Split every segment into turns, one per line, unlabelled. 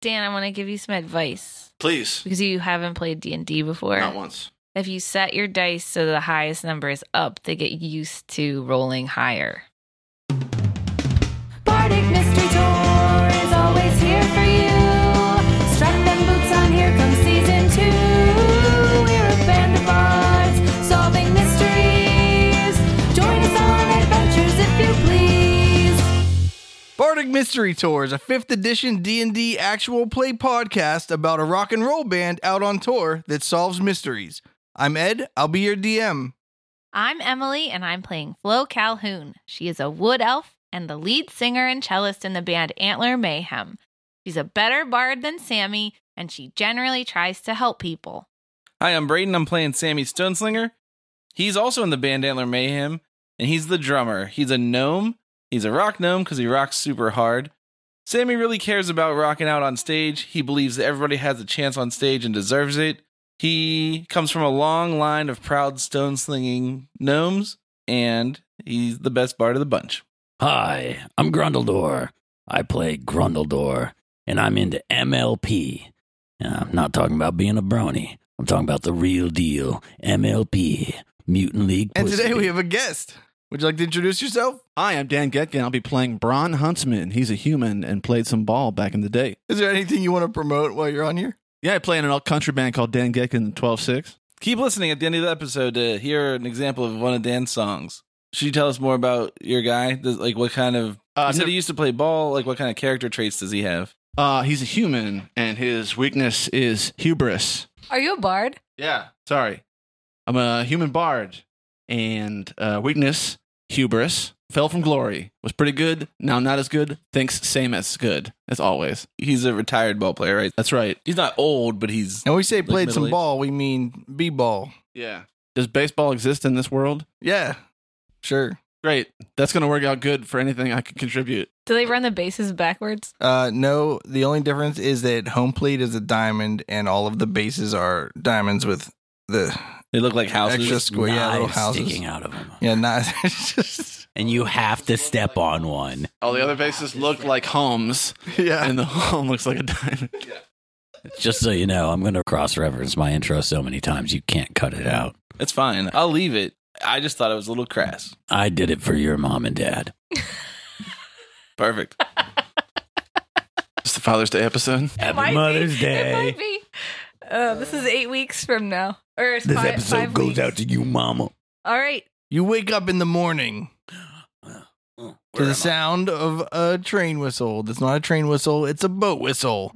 Dan, I want to give you some advice
Please.
because you haven't played D and D before.
Not once.
If you set your dice so the highest number is up, they get used to rolling higher.
Bardic Mystery Tour is always here for you. Strap them boots on, here comes season two. We're a band of bards solving mysteries. Join us on adventures if you please.
Bardic Mystery Tour is a 5th edition D&D actual play podcast about a rock and roll band out on tour that solves mysteries. I'm Ed, I'll be your DM.
I'm Emily, and I'm playing Flo Calhoun. She is a wood elf and the lead singer and cellist in the band Antler Mayhem. She's a better bard than Sammy, and she generally tries to help people.
Hi, I'm Braden. I'm playing Sammy Stoneslinger. He's also in the band Antler Mayhem, and he's the drummer. He's a gnome. He's a rock gnome because he rocks super hard. Sammy really cares about rocking out on stage. He believes that everybody has a chance on stage and deserves it. He comes from a long line of proud stone slinging gnomes, and he's the best bard of the bunch.
Hi, I'm Grundledor. I play Grundledor, and I'm into MLP. And I'm not talking about being a brony. I'm talking about the real deal, MLP, Mutant League.
And
Pussy.
today we have a guest. Would you like to introduce yourself?
Hi, I'm Dan Getkin. I'll be playing Bron Huntsman. He's a human and played some ball back in the day.
Is there anything you want to promote while you're on here?
Yeah, I play in an all country band called Dan Getkin 12 6.
Keep listening at the end of the episode to hear an example of one of Dan's songs. Should you tell us more about your guy? Does, like, what kind of
Uh,
You said he used to play ball. Like, what kind of character traits does he have?
uh, he's a human and his weakness is hubris.
Are you a bard?
Yeah, sorry. I'm a human bard and uh, weakness, hubris, fell from glory, was pretty good, now not as good, thinks same as good, as always.
He's a retired ball player, right?
That's right.
He's not old, but he's
And when we say played some
middle-aged.
ball, we mean b-ball.
Yeah. Does baseball exist in this world?
Yeah. Sure.
Great. That's going to work out good for anything I could contribute.
Do they run the bases backwards?
Uh no, the only difference is that home plate is a diamond and all of the bases are diamonds with the
they look like houses.
extra square yeah, little
Knives
houses.
sticking out of them,
Yeah, not it's just
and you have to step on one.
All the other bases look like homes,
yeah.
and the home looks like a diamond.
Just so you know, I'm going to cross reference my intro so many times you can't cut it out.
It's fine. I'll leave it. I just thought it was a little crass.
I did it for your mom and dad.
Perfect.
It's the Father's Day episode.
Happy
might be.
Mother's
It
Day.
might be. Uh, this is eight weeks from now. Or it's
This
five,
episode
five
goes
weeks.
out to you, Mama.
All right.
You wake up in the morning to
Where am
the
I?
sound of a train whistle. That's not a train whistle, it's a boat whistle.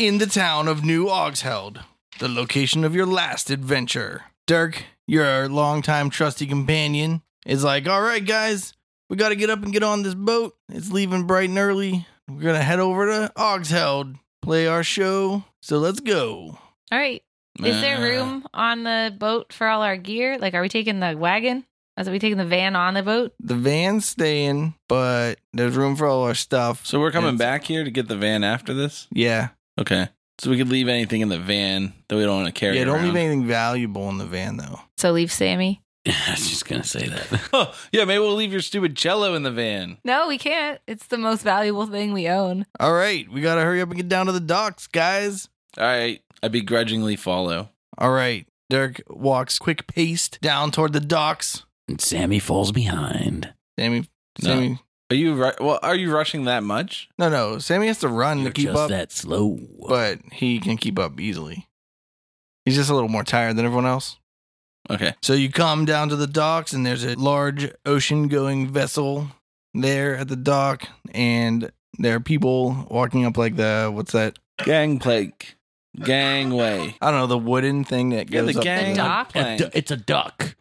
In the town of New Oxheld, the location of your last adventure. Dirk, your longtime trusty companion, is like, All right, guys, we got to get up and get on this boat. It's leaving bright and early. We're going to head over to Oxheld, play our show. So let's go.
All right. Is there
Uh,
room on the boat for all our gear? Like, are we taking the wagon? Or Are we taking the van on the boat?
The van's staying, but there's room for all our stuff.
So we're coming
It's-
back here to get the van after this.
Yeah.
Okay. So we could leave anything in the van that we don't want to carry.
yeah, don't leave
around.
anything valuable in the van though.
So leave Sammy.
I was just going to say that.
Huh, yeah, maybe we'll leave your stupid cello in the van.
No, we can't. It's the most valuable thing we own.
All right, we got to hurry up and get down to the docks, guys.
All right. I begrudgingly follow.
All right. Dirk walks quick paced down toward the docks.
And Sammy falls behind.
Sammy
No.
Sammy
Are you ru- well? Are you rushing that much?
No, no, Sammy has to run
You're
to keep
just
up,
that slow.
but he can keep up easily. He's just a little more tired than everyone else.
Okay.
So you come down to the docks and there's a large ocean-going vessel there at the dock and there are people walking up like the what's that
Gangplank. Gangway.
I don't know, the wooden thing that
Yeah,
goes
the
up.
gang.
The dock?
A du- it's a duck.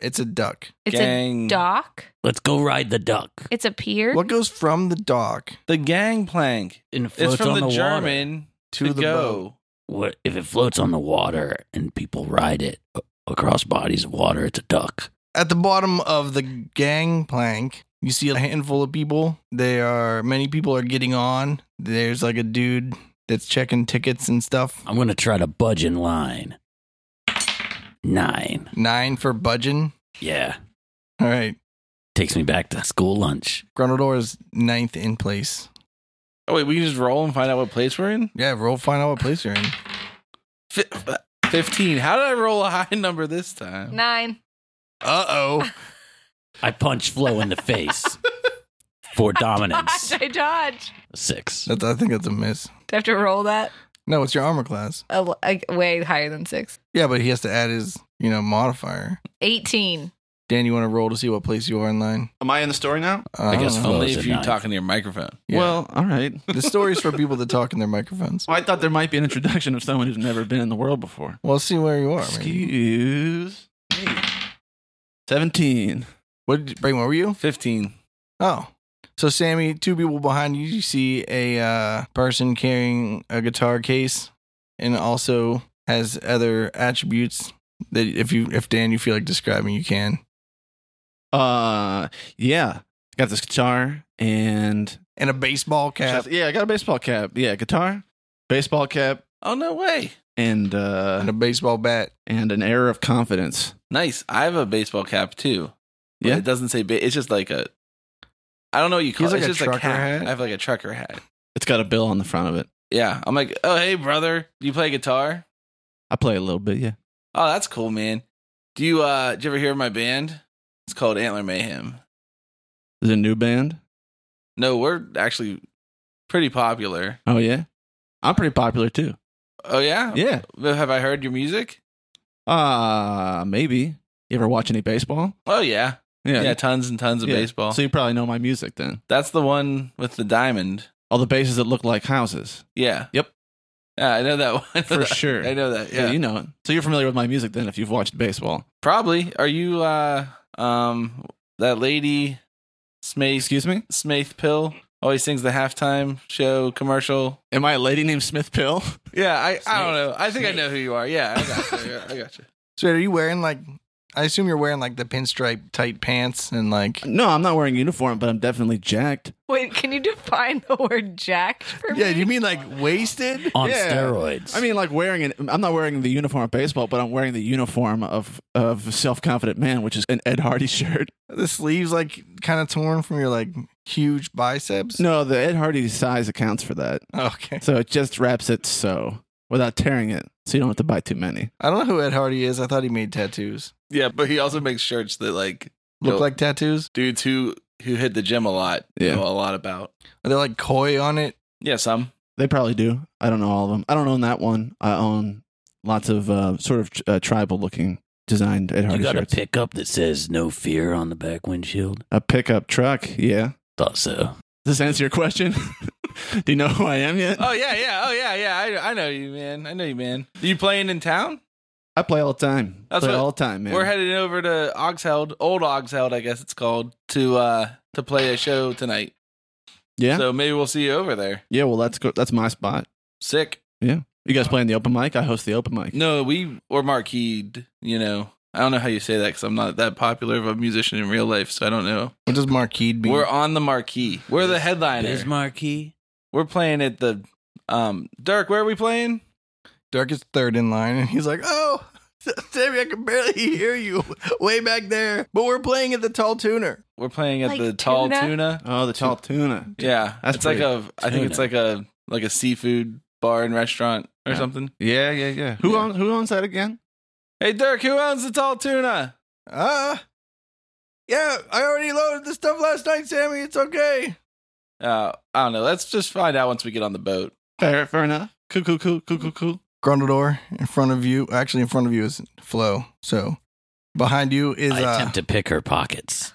It's a duck.
It's a
Gang.
dock.
Let's go ride the duck.
It's a pier.
What goes from the dock
The gangplank.
And it
It's
floats
from
on
the,
the,
German to,
To the
go.
Water. What if it floats on the water and people ride it a- across bodies of water? It's a duck.
at the bottom of the gangplank? You see a handful of people. They are many people are getting on. There's like a dude that's checking tickets and stuff.
I'm gonna try to budge in line. Nine.
Nine for budging.
Yeah.
All right.
Takes me back to school lunch.
Grundledor is ninth in place.
Oh wait, we can just roll and find out what place we're in.
Yeah, roll, find out what place you're in.
Fi- uh, Fifteen. How did I roll a high number this time?
Nine.
Uh oh.
I punch Flo in the face for dominance.
Dodge, I dodge.
Six.
That's, I think that's a miss.
Do I have to roll that
No, it's your armor class.
a, a- way higher than six?
Yeah, but he has to add his, you know, modifier.
18.
Dan, you want to roll to see what place you are in line?
Am I in the story now?
Uh,
I guess
don't know.
Flo-
Only
Close
if
at
you're
nine.
talking to your microphone.
Yeah.
Well, all right.
the story's for people that talk in their microphones.
I thought there might be an introduction of someone who's never been in the world before.
Well, see where you are. Maybe.
Excuse me. 17.
What, did- Brayden, where were you?
Fifteen.
Oh. So, Sammy, two people behind you, you see a uh, person carrying a guitar case and also has other attributes that if you if Dan you feel like describing you can.
Uh, yeah. Got this guitar and.
And a baseball cap
Yeah, I got a baseball cap. Yeah, guitar, baseball cap,
Oh no way.
and
and uh,
a baseball bat.
and an air of confidence.
Nice. I have a baseball cap too. But
Yeah?
It doesn't say. Ba- it's just like a. I don't know what you call
He's
it.
like a
It's just like
trucker hat.
I have like a trucker hat.
It's got a bill on the front of it.
Yeah. I'm like, oh hey brother, do you play guitar?
I play a little bit. Yeah.
Oh, that's cool, man. Do you uh? Do you ever hear of my band? It's called Antler Mayhem.
Is it a new band?
No, we're actually pretty popular.
Oh yeah, I'm pretty popular too.
Oh yeah.
Yeah.
Have I heard your music?
Uh maybe. You ever watch any baseball?
Oh yeah. Yeah. tons and tons of
Yeah.
baseball.
So you probably know my music then.
That's the one with the diamond.
All the bases that look like houses.
Yeah.
Yep.
Yeah, I know that one
For sure.
I know that. Yeah.
you know it. So you're familiar with my music then if you've watched baseball.
Probably. Are you uh um that lady Smaith
Excuse me?
Smaith Pill always sings the halftime show commercial?
Am I a lady named Smith Pill?
Yeah, I I
Smaith.
don't know. I think I
Smaith.
know who you are. Yeah, I got you. Yeah, I got you.
So are you wearing like? I assume you're wearing like the pinstripe tight pants and like.
no, I'm not wearing uniform, but I'm definitely jacked.
Wait, can you define the word jacked for me?
Yeah, you mean like wasted?
On
Yeah.
steroids.
I mean like wearing an I'm not wearing the uniform of baseball, but I'm wearing the uniform of of self-confident man, which is an Ed Hardy shirt.
The sleeves like kind of torn from your like huge biceps.
No, the Ed Hardy size accounts for that.
Okay.
So it just wraps it so without tearing it, so you don't have to buy too many.
I don't know who Ed Hardy is. I thought he made tattoos.
Yeah, but he also makes shirts that like
Look
Yo.
like tattoos.
dudes who who hit the gym a lot
Yeah.
know a lot about.
Are they like koi on it?
Yeah, some.
They probably do. I don't know all of them. I don't own that one. I own lots of uh, sort of uh, tribal looking designed Ed
you
Hardy
got a
shirts.
pickup that says no fear on the back windshield?
a pickup truck. Yeah.
Thought so.
Does this answer your question? do you know who I am yet?
Oh yeah, yeah. Oh yeah, yeah. I, I know you, man. I know you, man. you playing in town?
I play all the time.
That's
play
what-
all the time, man.
We're headed over to Oxheld, old Oxheld, I guess it's called, to uh to play a show tonight.
yeah.
So maybe we'll see you over there.
yeah. Well, that's go- that's my spot.
Sick.
You guys playing the open mic? I host the open mic.
Uh, No, we or marqueed. You know, I don't know how you say that because I'm not that popular of a musician in real life, so I don't know.
What does Marquise be?
We're on the marquee. We're the headliner.
Biz Marquee.
We're playing at the um Dirk. Where are we playing?
Dirk is third in line, and he's like, "Oh, Sammy, I can barely hear you way back there, but we're playing at the Tall Tuner."
We're playing at
Like
the Tall
tuna?
Tuna.
Oh, the tall tuna.
Yeah,
That's
it's like a. I think it's
tuna.
like a like a seafood bar and restaurant or
Yeah.
something.
Yeah, yeah, yeah. Who
Yeah.
owns who owns that again?
Hey Dirk, who owns the Tall Tuna?
Ah, yeah, I already loaded the stuff last night, Sammy. It's okay.
Uh, I don't know. Let's just find out once we get on the boat.
Fair, fair enough. Cool, cool, cool, cool, cool, cool.
Grundledor in front of you. Actually, in front of you is Flo. So behind you is
I
uh,
attempt to pick her pockets.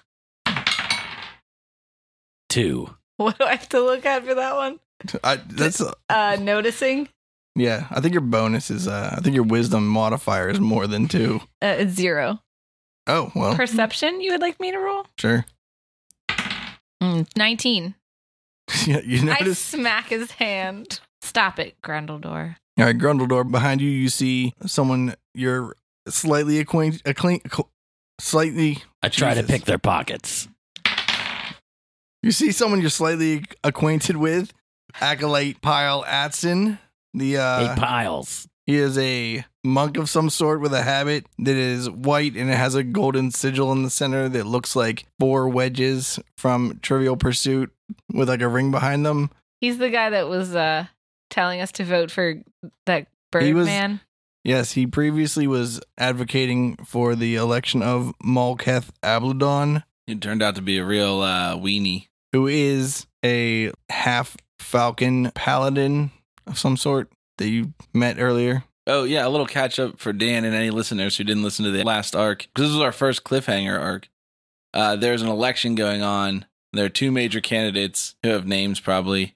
Two.
What do I have to look at for that one?
I, that's uh,
Uh, noticing
yeah. I think your bonus is. Uh, I think your wisdom modifier is more than two.
uh, it's zero.
Oh well,
Perception, you would like me to roll?
sure.
Mm, 19.
yeah, you
I
notice.
smack his hand. Stop it, Grundledor.
All right, Grundledor, behind you, you see someone you're slightly acquaint, acquaint acqu- slightly.
I try to
Jesus.
pick their pockets.
You see someone you're slightly acquainted with, acolyte Pyle Atson. The
Eight
uh,
piles.
He is a monk of some sort with a habit that is white and it has a golden sigil in the center that looks like four wedges from Trivial Pursuit with like a ring behind them.
He's the guy that was uh, telling us to vote for that
He
bird
was-
man.
Yes, he previously was advocating for the election of Malketh Abladon,
It turned out to be a real uh, weenie.
who is a half falcon paladin of some sort that you met earlier.
Oh yeah, a little catch up for Dan and any listeners who didn't listen to the last arc because this was our first cliffhanger arc. Uh, there's an election going on. There are two major candidates who have names probably.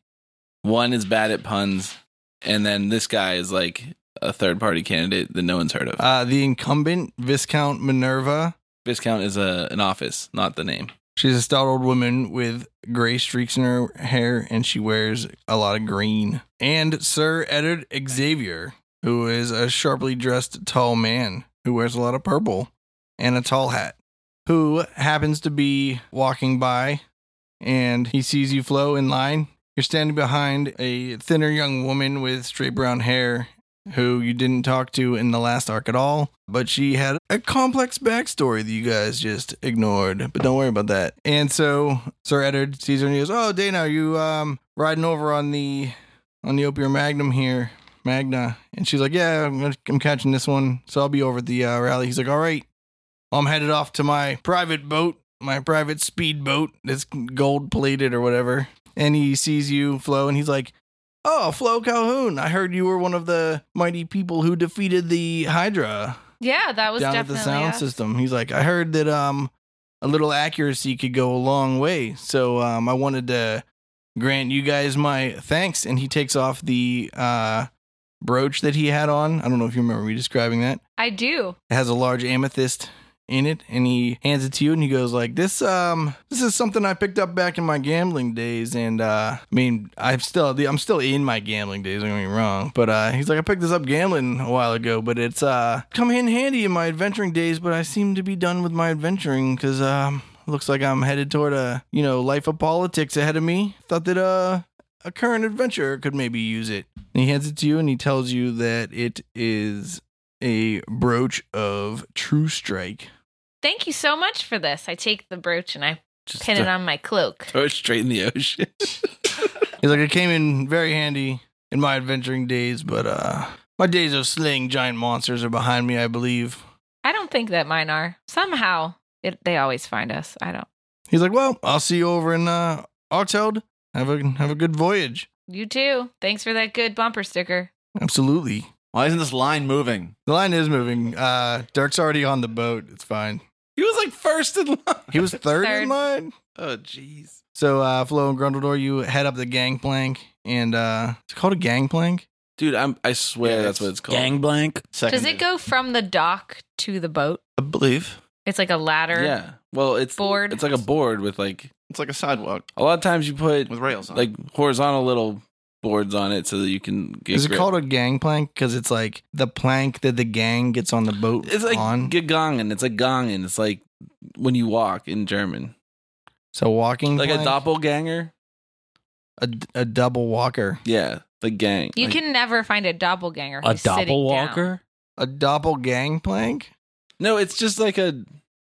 One is bad at puns, and then this guy is like a third party candidate that no one's heard of.
Uh, the incumbent, Viscount Minerva,
Viscount is a an office, not the name.
She's a stout old woman with gray streaks in her hair, and she wears a lot of green. And Sir Edward Xavier, who is a sharply dressed tall man who wears a lot of purple and a tall hat, who happens to be walking by and he sees you flow in line. You're standing behind a thinner young woman with straight brown hair who you didn't talk to in the last arc at all, but she had a complex backstory that you guys just ignored. But don't worry about that. And so Sir Edward sees her and he goes, "Oh, Dana, are you um riding over on the on the Opium Magnum here, Magna?" And she's like, "Yeah, I'm, gonna- I'm catching this one, so I'll be over at the uh, rally." He's like, "All right, I'm headed off to my private boat, my private speedboat that's gold plated or whatever." And he sees you, Flo, and he's like, Oh, Flo Calhoun, I heard you were one of the mighty people who defeated the Hydra
Yeah, that was
down at
definitely
the sound
us.
system. He's like, I heard that um a little accuracy could go a long way. So um I wanted to grant you guys my thanks. And he takes off the uh brooch that he had on. I don't know if you remember me describing that.
I do.
It has a large amethyst in it and he hands it to you and he goes like this um this is something I picked up back in my gambling days and uh I mean I'm still I'm still in my gambling days, don't get me wrong. But uh he's like I picked this up gambling a while ago, but it's uh come in handy in my adventuring days, but I seem to be done with my adventuring cuz um looks like I'm headed toward a, you know, life of politics ahead of me. Thought that uh a current adventurer could maybe use it. And he hands it to you and he tells you that it is a brooch of true strike.
Thank you so much for this. I take the brooch and I
Just
uh,
pin it on my cloak.
throw it straight in the ocean.
He's like, it came in very handy in my adventuring days, but uh, my days of slaying giant monsters are behind me, I believe.
I don't think that mine are. Somehow it, they always find us. I don't.
He's like, well, I'll see you over in uh, Arteld. Have a have a good voyage.
You too. Thanks for that good bumper sticker.
Absolutely.
Why isn't this line moving?
The line is moving. Uh, Dirk's already on the boat. It's fine.
he was like first in line.
He was third,
Third.
in line.
Oh jeez.
So uh, Flo and Grundledor, you head up the gangplank, and uh, it's called a gangplank.
Dude, I'm I swear
Yeah,
that's
it's
what it's called.
Gang blank.
Second.
Does it go from the dock to the boat?
I believe
It's like a ladder.
Yeah. Well, it's
Board.
It's like a board with like
it's like a sidewalk
a lot of times you put
with rails on. it.
like horizontal little boards on it so that you can get
Is it
grip.
called a gangplank because it's like the plank that the gang gets on the boat
it's like
on?
gegangen it's like gangen it's like when you walk in german
So walking
like a
plank?
doppelganger
a, a double walker,
yeah the gang
You
Like,
can never find a doppelganger.
A
who's sitting down.
doppelwalker?
a double gang plank,
no it's just like a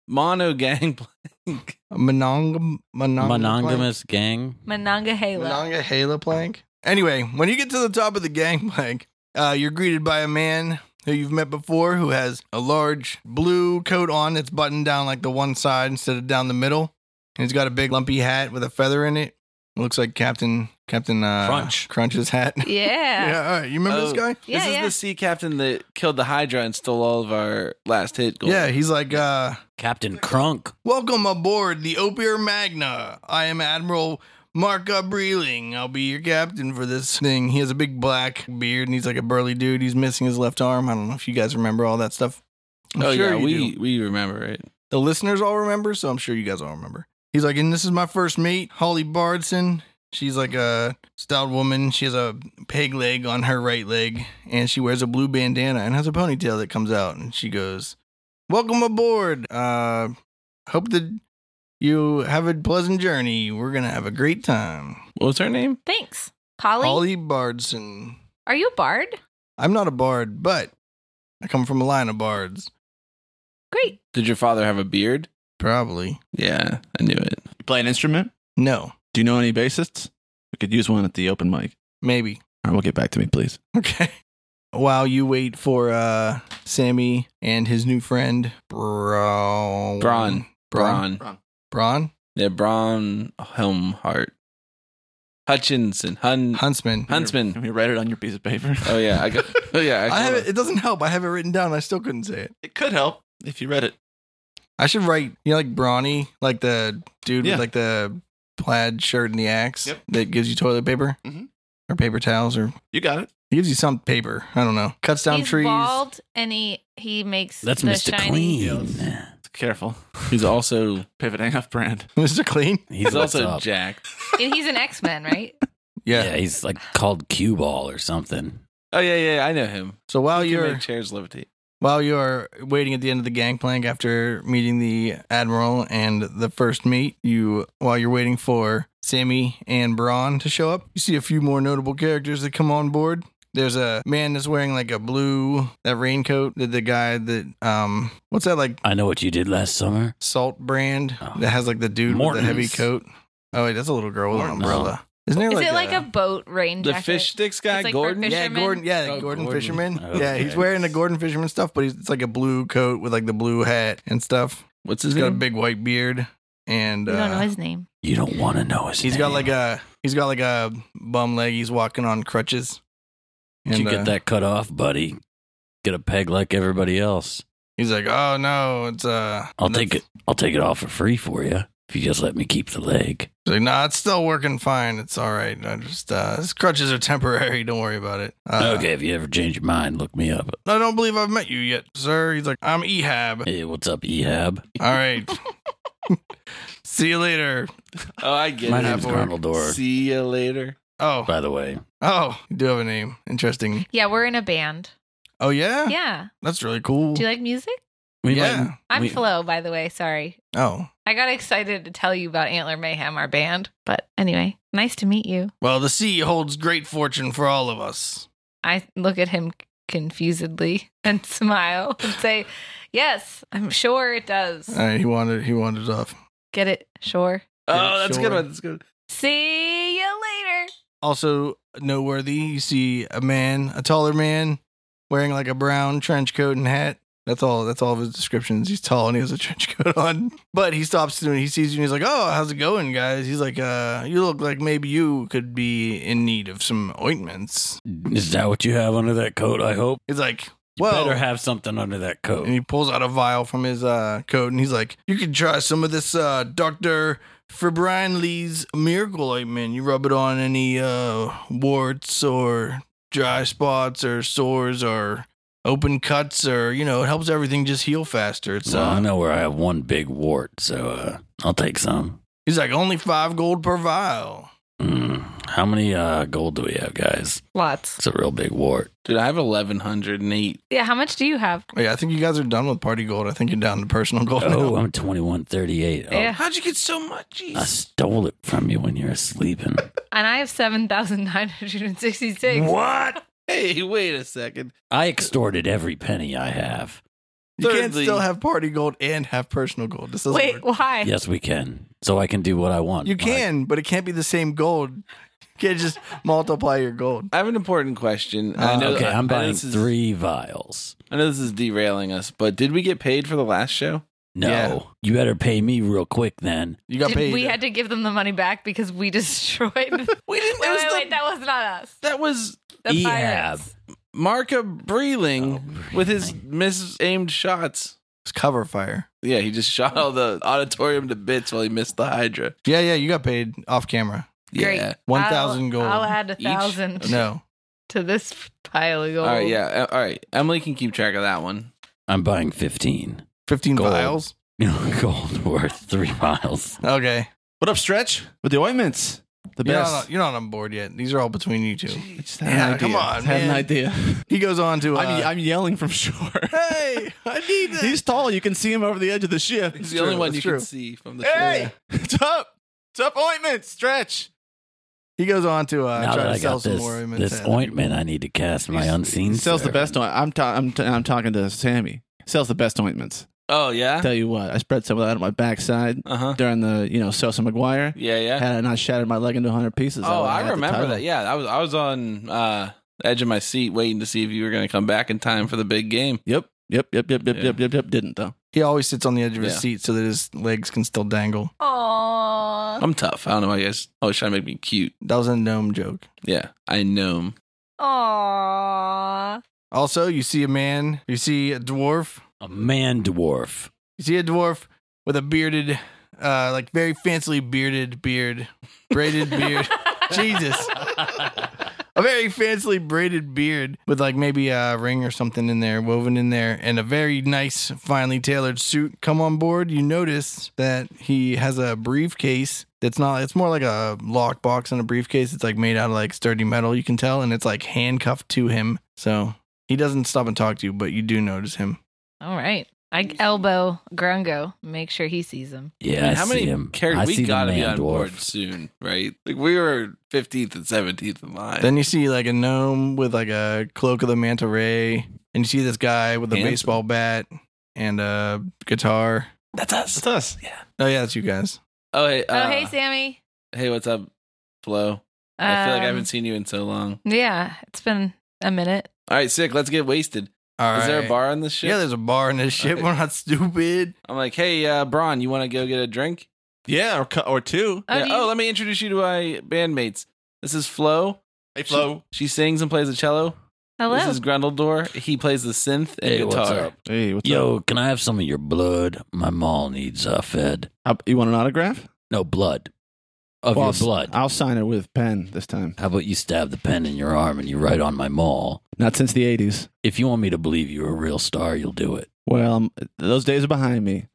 mono gang plank
a monong monong
Monogamous gang?
plank?
Monongahela.
monongahela plank. Anyway, when you get to the top of the gang plank, uh, you're greeted by a man who you've met before who has a large blue coat on that's buttoned down like the one side instead of down the middle, and he's got a big lumpy hat with a feather in it. Looks like Captain Captain uh,
Crunch.
Crunch's hat.
yeah.
yeah, all right. You remember
Oh.
this guy?
Yeah,
this is
yeah.
the sea captain that killed the hydra and stole all of our last hit goal
Yeah, he's like uh,
Captain Crunk.
Welcome aboard the Opier Magna. I am Admiral Marka Breeling. I'll be your captain for this thing. He has a big black beard and he's like a burly dude. He's missing his left arm. I don't know if you guys remember all that stuff. I'm
oh
sure
yeah
you
we
do.
we remember it
The listeners all remember, so I'm sure you guys all remember. He's like, and this is my first mate, Holly Bardson. She's like a stout woman. She has a peg leg on her right leg, and she wears a blue bandana and has a ponytail that comes out. And she goes, "Welcome aboard. Uh, hope that you have a pleasant journey. We're gonna have a great time."
what was her name
Thanks. Holly,
Holly Bardson.
are you a bard?
I'm not a bard, but I come from a line of bards.
Great.
Did your father have a beard?
Probably.
Yeah, I knew it.
You play an instrument?
No.
Do you know any bassists? We could use one at the open mic.
Maybe.
All right, we'll get back to me, please.
Okay. While you wait for uh Sammy and his new friend Braun.
Braun.
Braun.
Braun.
Braun?
Yeah, Braun Helmhart. Hutchinson. Hun.
Huntsman.
Huntsman.
Can we write it on your piece of paper?
Oh yeah, I got. Oh yeah, I,
I have
got
it, it doesn't help. I have it written down. I still couldn't say it.
It could help if you read it.
I should write, you know, like Brawny, like the dude
Yeah.
with like the plaid shirt and the axe
Yep.
that gives you toilet paper
Mhm.
or paper towels or
You got it.
it gives you some paper. I don't know. Cuts down
He's
trees.
bald and he he makes
That's
the
Mr.
shiny-
Clean.
Careful.
He's also
Pivoting off brand.
Mr. Clean?
He's
he's also
also
jacked.
And he's an X Men, right?
Yeah.
yeah, he's like called cue ball or something.
Oh yeah, yeah, I know him.
So while
He can
you're
make chairs levitate.
while you're waiting at the end of the gangplank after meeting the admiral and the first mate, you while you're waiting for Sammy and Braun to show up, you see a few more notable characters that come on board. There's a man that's wearing like a blue that raincoat that the guy that um what's that like
I know what you did last summer.
salt brand
Oh.
that has like the dude with the heavy
Morton's.
coat. Oh wait, that's a little girl with an
Morton's.
umbrella. Isn't there
Is
like
it like a,
a,
boat rain
The
jacket?
fish sticks guy,
It's like for
Gordon.
fish-
yeah,
fisherman?
Gordon. Yeah,
Oh,
Gordon,
Gordon.
Fisherman.
Okay.
Yeah, he's wearing the Gordon Fisherman stuff, but he's it's like a blue coat with like the blue hat and stuff.
What's
He's
his
got a
name?
big white beard, and
We don't know
uh,
his name.
You don't want to know his
he's got
name.
like a he's got like a bum leg. He's walking on crutches.
Did you
uh,
get that cut off, buddy? Get a peg like everybody else.
He's like, oh no, it's uh.
I'll
that's-
take it. I'll take it off for free for you if you just let me keep the leg.
He's like, nah, it's still working fine. It's all right. I just uh, his crutches are temporary. Don't worry about it. Uh,
okay, if you ever change your mind, look me up.
I don't believe I've met you yet, sir. He's like, I'm Ehab.
Hey, what's up, Ehab?
All right. See you later.
Oh, I get
My
it.
name's
Half-orc.
Colonel Door.
See you later.
Oh,
By the way,
oh, you do have a name. Interesting.
Yeah, we're in a band.
Oh yeah,
Yeah.
that's really cool.
Do you like music?
we
Yeah.
might-
I'm
we-
Flo, by the way. Sorry.
oh,
I got excited to tell you about Antler Mayhem, our band. But anyway, nice to meet you.
well, the sea holds great fortune for all of us.
I look at him confusedly and smile and say, Yes, I'm sure it does.
All right, Uh, he wanted he wanted off.
Get it? Sure.
Oh, that's a
sure.
good one. That's a good.
See you later.
Also noteworthy, you see a man, a taller man, wearing like a brown trench coat and hat. That's all. That's all of his descriptions. He's tall and he has a trench coat on. But he stops soon. He sees you and he's like, "Oh, how's it going, guys?" He's like, "Uh, you look like maybe you could be in need of some ointments."
Is that what you have under that coat? I hope.
He's like,
You
"Well,
better have something under that coat.
and he pulls out a vial from his uh, coat and he's like, "You can try some of this uh, Doctor Febrine Lee's miracle ointment. You rub it on any uh, warts or dry spots or sores or open cuts, or you know, it helps everything just heal faster." It's
So I
uh,
know where I have one big wart, so uh, I'll take some.
he's like only five gold per vial.
Mm. How many uh, gold do we have, guys?
Lots.
It's a real big wart.
Dude, I have eleven hundred and eight.
Yeah, how much do you have?
Yeah, I think you guys are done with party gold. I think you're down to personal gold.
Oh,
now.
I'm twenty one thirty eight. Oh,
Yeah.
How'd you get so much?
I
Jeez.
stole it from you when you were sleeping.
And I have 7,966.
What? Hey, wait a second.
I extorted every penny I have.
you can't
Thirdly-
still have party gold and have personal gold. This doesn't work.
Wait, why?
Yes, we can. So I can do what I want.
You
Mike.
can, but it can't be the same gold. You can't just multiply your gold.
I have an important question.
Uh,
I know,
Okay,
I know
I'm buying
this is-
three vials.
I know this is derailing us, but did we get paid for the last show?
No,
Yeah.
you better pay me real quick then.
You got
Did-
paid.
we had to give them the money back because we destroyed. wait, wait,
We didn't. That was, the- E
wait, that was not us.
that was
The
Ehab.
pirates.
Marka Breeling
Oh,
with his
Breeling.
misaimed shots.
It's cover fire.
Yeah, he just shot all the auditorium to bits while he missed the Hydra.
Yeah, yeah, you got paid off camera.
Great.
Yeah.
One
I'll-
thousand gold.
I'll add a
each? Oh,
thousand
no.
to this pile of
All
gold.
right. Yeah. uh, All right. Emily can keep track of that one.
I'm buying 15
Fifteen
Gold.
vials.
gold worth three vials.
Okay.
What up, Stretch? With the ointments. The
You're
best.
not, you're not on board yet. These are all between you two.
I just had
Yeah,
an idea.
come on,
Just had an
man.
idea.
He goes on to uh,
I'm, I'm yelling from shore.
Hey, I need this.
He's tall. You can see him over the edge of the ship.
He's
It's
the only
true,
one
it's
you
true.
can see from the show.
Hey, it's up. It's up ointment. Stretch.
He goes on to uh,
now
try
that
to
I
sell
got
some
this,
more ointments.
this
and-
ointment, I need to cast my
He's-
unseen.
He sells the
sir.
best. Oint- I'm, ta- I'm, t- I'm talking to Sammy. Sells the best ointments.
Oh yeah.
Tell you what, I spread some of that on my backside
Uh huh.
during the you know Sosa McGuire.
Yeah, yeah.
Had I not shattered my leg into 100 pieces.
Oh,
would have
I
had the
remember
title.
that. Yeah, I was I was on uh, the edge of my seat waiting to see if you were going to come back in time for the big game.
Yep. Yep. Yep. Yep. Yep.
Yeah.
Yep. Yep. Yep. Didn't though.
He always sits on the edge of his
Yeah.
seat so that his legs can still dangle.
Aww.
I'm tough. I don't know why you guys always try to make me cute.
That was a gnome joke.
Yeah, I know.
Aww.
Also, you see a man, you see a dwarf,
A man dwarf.
you see a dwarf with a bearded, uh, like very fancily bearded beard, braided beard. Jesus. A very fancily braided beard with like maybe a ring or something in there, woven in there, and a very nice, finely tailored suit come on board. You notice that he has a briefcase that's not, it's more like a lockbox and a briefcase. It's like made out of like sturdy metal, you can tell, and it's like handcuffed to him. So he doesn't stop and talk to you, but you do notice him.
All right. I elbow Grungo. Make sure he sees him.
I
Yeah,
mean,
I
how
see
many
him.
characters-
I
we
see the
gotta be
man
on board soon, right? Like we were 15th and 17th in line.
Then you see like a gnome with like a cloak of the manta ray, and you see this guy with a
Handsome.
baseball bat and a guitar.
That's us. That's us. Yeah.
Oh yeah, that's you guys.
Oh hey.
oh,
uh,
hey, Sammy.
hey, what's up, Flo? I feel like
Um,
I haven't seen you in so long.
Yeah, it's been a minute.
All right, sick. Let's get wasted.
All right.
Is there a bar on this ship?
Yeah, there's a bar in this ship.
Okay.
We're not stupid.
I'm like, hey, uh, Braun, you want to go get a drink?
Yeah. Or cu- or two.
Oh,
Yeah.
do you-
oh, let me introduce you to my bandmates. This is Flo.
Hey Flo.
She sings and plays the cello.
Hello.
This is Grundledor. He plays the synth and
Hey,
guitar.
what's up?
Hey. What's up?
Yo, can I have some of your blood? My mall needs uh, fed.
How- You want an autograph?
No blood. Of
Well,
your
I'll s-
blood.
I'll sign it with pen this time.
How about you stab the pen in your arm and you write on my mall?
Not since the 80s.
If you want me to believe you're a real star, you'll do it.
Well, um, those days are behind me.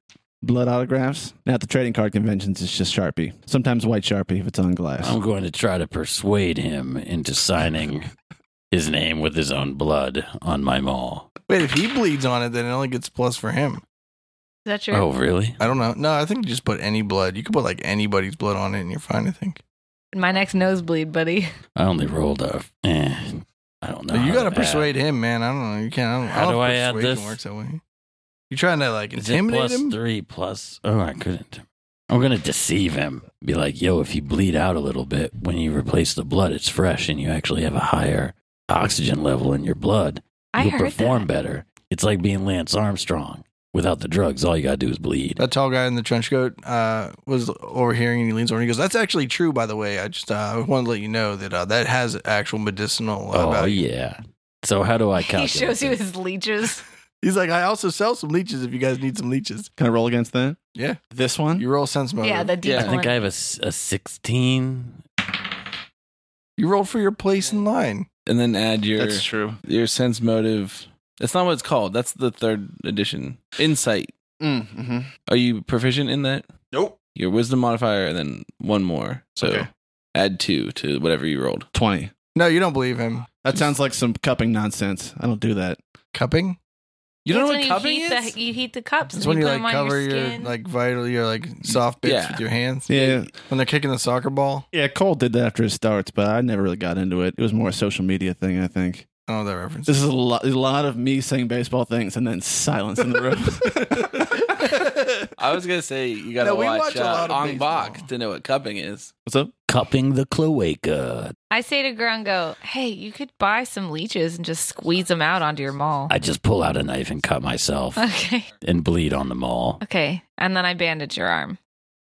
Blood autographs. Now at the trading card conventions, it's just Sharpie. Sometimes white Sharpie if it's on glass.
I'm going to try to persuade him into signing his name with his own blood on my mall.
Wait, if he bleeds on it, then it only gets plus for him.
that your?
Oh, really?
I don't know. No, I think you just put any blood. You could put like anybody's blood on it, and you're fine. I think.
My next nosebleed, buddy.
I only rolled a. Eh, I don't know.
But you
how
got to
add.
persuade him, man. I don't know. You can't. I don't, I
How
don't
do
know if
I add
persuasion
this?
Works that way. You trying to like
Is it
intimidate
plus
him?
three plus? Oh, I couldn't. I'm going to deceive him. Be like, yo, if you bleed out a little bit, when you replace the blood, it's fresh and you actually have a higher oxygen level in your blood.
I
You'll
heard
perform
that.
better. It's like being Lance Armstrong. Without the drugs, all you got to do is bleed.
That tall guy in the trench coat uh, was overhearing, and he leans over and he goes, "That's actually true, by the way. I just uh, wanted to let you know that uh, that has actual medicinal uh,
oh,
value."
yeah. So how do I
He
calculate?
shows you
this?
his leeches.
He's like, "I also sell some leeches if you guys need some leeches."
Can I roll against that?
Yeah.
This one?
You roll sense motive.
yeah, the deep
Yeah.
I think I have a, s- a 16.
you rolled for your place in line.
And then add your
That's true.
your sense motive. That's not what it's called. That's the third edition. Insight.
Mm-hmm.
Are you proficient in that?
Nope.
Your wisdom modifier and then one more. So
Okay.
add two to whatever you rolled.
20.
No, you don't believe him.
That sounds like some cupping nonsense. I don't do that.
Cupping?
You don't know
That's
what
when
cupping
you heat
is?
The, you heat the cups.
It's
and
when you
put
like
them on
cover your,
skin.
like vital your like soft bits
Yeah.
with your hands.
Yeah.
When they're kicking the soccer ball.
Yeah, Cole did that after his starts, but I never really got into it. It was more a social media thing, I think.
I don't know that reference.
This is a lot, a lot of me saying baseball things and then silence in the room.
I was gonna say you gotta
No, we
watch,
watch a
uh,
lot of
Ong Bak
baseball.
to know what cupping is.
What's up?
Cupping the cloaca.
I say to Grungo, "Hey, you could buy some leeches and just squeeze them out onto your mall."
I just pull out a knife and cut myself
okay,
and bleed on the mall.
okay, and then I bandage your arm.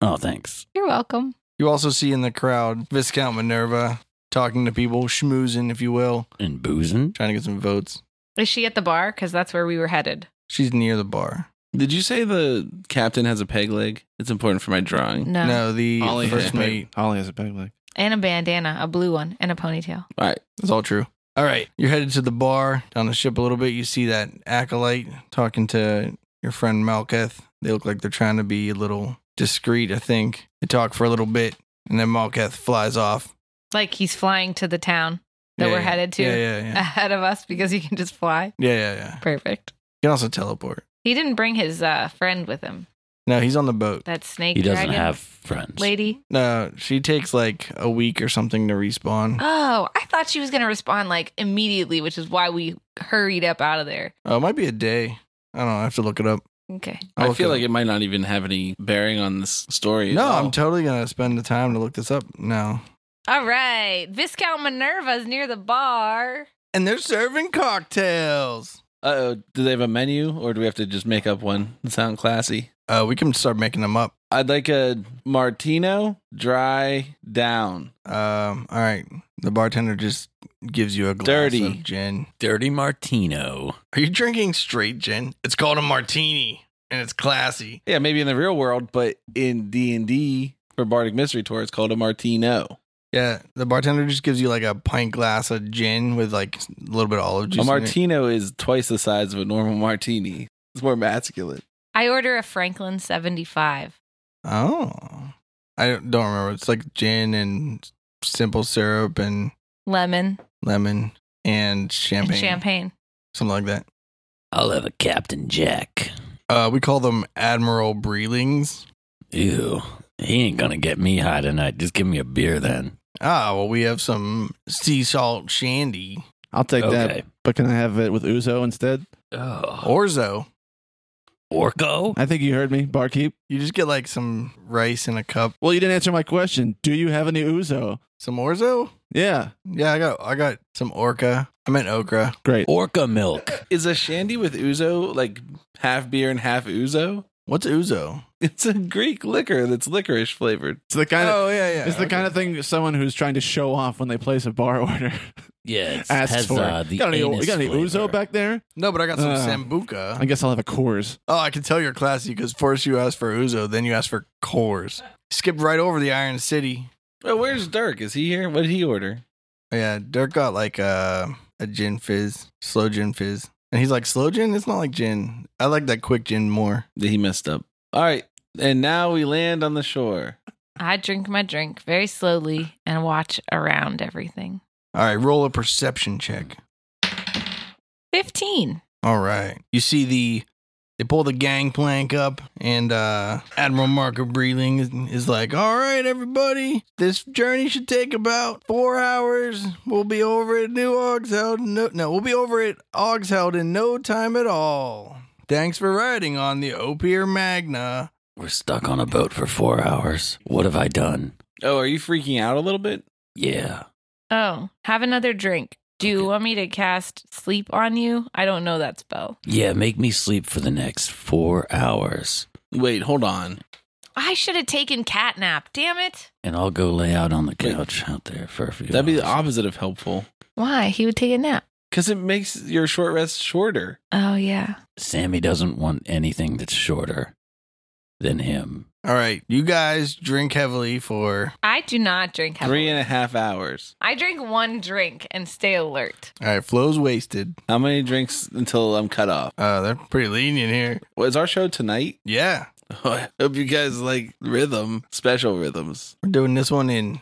Oh, thanks.
You're welcome.
You also see in the crowd Viscount Minerva talking to people, schmoozing, if you will,
And boozing?
trying to get some votes.
Is she at the bar? Because that's where we were headed.
She's near the bar.
Did you say the captain has a peg leg? It's important for my drawing.
No.
No, the
Ollie has,
first
a
mate.
big, Ollie has a big leg.
And a bandana, a blue one, and a ponytail.
All right.
That's all true. All right. You're headed to the bar, down the ship a little bit. You see that acolyte talking to your friend Malketh. They look like they're trying to be a little discreet, I think. They talk for a little bit, and then Malketh flies off.
Like he's flying to the town that
Yeah,
we're
yeah.
headed to
Yeah, yeah, yeah.
ahead of us because he can just fly.
Yeah, yeah, yeah. You
Perfect.
can also teleport.
He didn't bring his uh, friend with him.
No, he's on the boat.
That snake
He doesn't
dragon
have mm-hmm. friends.
lady.
No, she takes like a week or something to respawn.
Oh, I thought she was going to respond like immediately, which is why we hurried up out of there.
Oh, it might be a day. I don't know. I have to look it up.
Okay.
I
I'll
feel
look
like it might not even have any bearing on this story. at
No,
all.
I'm totally gonna spend the time to look this up now.
All right. Viscount Minerva's near the bar.
And they're serving cocktails.
Uh oh, do they have a menu or do we have to just make up one? that sound classy.
Uh, we can start making them up.
I'd like a Martino dry down.
Um, all right. The bartender just gives you a glass
Dirty.
of gin.
Dirty Martino.
Are you drinking straight gin? It's called a martini, and it's classy.
Yeah, maybe in the real world, but in D and D for Bardic Mystery Tour, it's called a Martino.
Yeah, the bartender just gives you like a pint glass of gin with like a little bit of olive juice.
a
in it.
Martino is twice the size of a normal martini. It's more masculine.
I order a Franklin 75.
Oh, I don't don't remember. It's like gin and simple syrup and
Lemon
lemon and champagne,
and champagne.
something like that.
I'll have a Captain Jack.
Uh, we call them Admiral Breelings.
Ew. He ain't gonna get me high tonight. Just give me a beer then.
Ah, well, we have some sea salt shandy.
I'll take that.
okay.
But can I have it with Uzo instead?
Oh.
Orzo.
Orco?
I think you heard me, barkeep.
You just get like some rice in a cup.
Well, you didn't answer my question. Do you have any Uzo?
Some orzo?
Yeah,
Yeah, I got I got some orca. I meant okra.
great.
Orca milk.
Is a shandy with ouzo like half beer and half ouzo?
What's ouzo?
It's a Greek liquor that's licorice flavored.
It's the kind of
oh yeah, yeah.
it's the kind of thing someone who's trying to show off when they place a bar order
Yeah, it's,
asks
has
for.
uh, the
you got any, you
anus
got any
flavor.
Uzo back there?
no, but I got some
Uh. I
sambuca.
guess I'll have a Coors.
Oh, I can tell you're classy because first you asked for ouzo, then you asked for cores. Skipped right over the Iron City.
Oh, where's Dirk? Is he here? What did he order?
Yeah, Dirk got like a a gin fizz, slow gin fizz, and he's like slow gin. It's not like gin. I like that quick gin more.
That he messed up. All right, and now we land on the shore.
I drink my drink very slowly and watch around everything.
All right, roll a perception check.
15.
All right. You see the they pull the gangplank up and uh Admiral Marco Breeling is, is like, "All right, everybody. This journey should take about 4 hours. We'll be over at New Augsheld. No, no, we'll be over at Augsheld in no time at all. Thanks for riding on the Opier Magna."
We're stuck on a boat for four hours. What have I done?
Oh, are you freaking out a little bit?
Yeah.
Oh, have another drink. Do you want me to cast sleep on you? I don't know that spell.
Yeah, make me sleep for the next four hours.
Wait, hold on.
I should have taken cat nap. Damn it.
And I'll go lay out on the
Wait.
couch out there for a few
That'd be the
hours.
opposite of helpful
Why? He would take a nap.
because it makes your short rest shorter.
Oh, yeah.
Sammy doesn't want anything that's shorter than him.
All right, you guys drink heavily for
I do not drink heavily.
Three and a half hours.
I drink one drink and stay alert.
All right, Flo's wasted.
How many drinks until I'm cut off?
Uh they're pretty lenient here.
Well, is our show tonight?
Yeah.
I hope you guys like rhythm, special rhythms.
We're doing this one in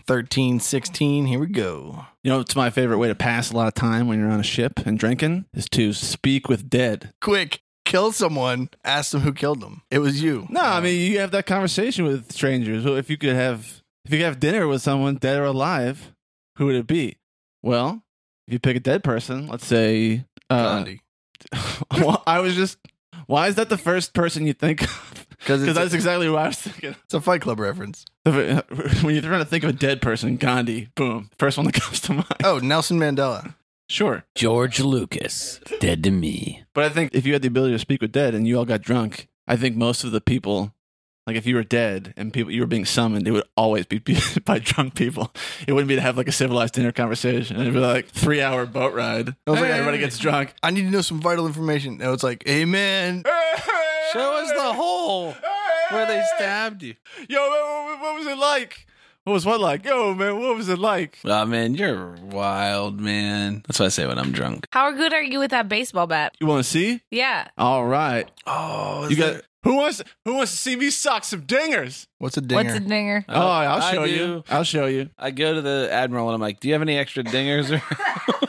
1316. Here we go.
You know, it's my favorite way to pass a lot of time when you're on a ship and drinking is to speak with dead.
quick, kill someone, ask them who killed them. It was you. Uh,
No, I mean you have that conversation with strangers. Well, If you could have if you could have dinner with someone dead or alive, who would it be? Well, if you pick a dead person, let's say uh,
Gandhi.
well, I was just why is that the first person you think of?
Because
Because
it's,
that's exactly what I was thinking.
it's a Fight Club reference.
When you're trying to think of a dead person, Gandhi, boom, first one that comes to mind.
Oh, Nelson Mandela.
Sure.
George Lucas, dead to me.
But I think if you had the ability to speak with dead and you all got drunk, I think most of the people, like if you were dead and people you were being summoned, it would always be by drunk people. It wouldn't be to have like a civilized dinner conversation. It'd be like three hour boat ride. It was like everybody gets drunk.
I need to know some vital information. No, it's like, hey, man.
Show us the hole where they stabbed you.
Yo, what, what was it like? What was what like? Yo, man, what was it like?
Oh man, you're wild, man. That's what I say when I'm drunk.
How good are you with that baseball bat?
You want to see?
Yeah.
All right.
Oh,
you got who wants who wants to see me sock some dingers?
What's a dinger?
What's a
Uh,
dinger?
Oh, I'll
I
show
do.
you. I'll show you.
I go to the admiral and I'm like, "Do you have any extra dingers?" Or-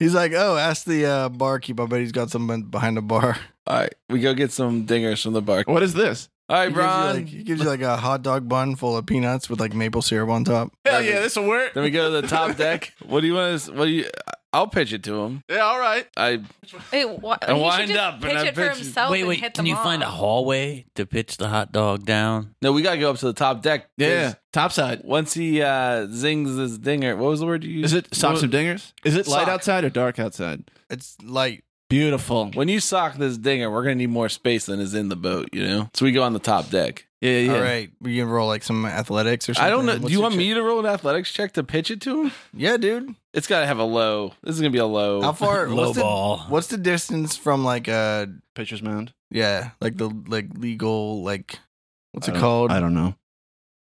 He's like, oh, ask the uh, barkeep. I bet he's got someone behind the bar.
All right, we go get some dingers from the bar. All
What is this?
right,
He gives you,
Bron.
like- he gives you like a hot dog bun full of peanuts with like maple syrup on top.
Hell yeah, this will work.
then we go to the top deck. What do you want? To, what do you? I'll pitch it to him.
Yeah, all right.
I
Wait, wha-
I
he should
wind
just
up and
pitch
I
it for
pitch-
himself.
wait,
and
wait.
hit
Can
them
you find a
off.
hallway to pitch the hot dog down?
no. We gotta go up to the top deck. 'cause
Yeah, topside.
Once he uh, zings this dinger, what was the word you used?
Is it socks and dingers? Is it light
Sock.
outside or dark outside?
It's light.
Beautiful.
When you sock this dinger, we're gonna need more space than is in the boat, you know. So we go on the top deck.
Yeah, yeah.
All right, we can roll like some athletics or something.
I don't know.
What's
Do you
your
want
check?
me to roll an athletics check to pitch it to him?
Yeah, dude.
It's gotta have a low. This is gonna be a Oh, low.
How far?
Low
what's
ball.
The, what's the distance from like uh
Pitcher's mound.
yeah like the like legal like what's
I
it
don't-
called?
I don't know.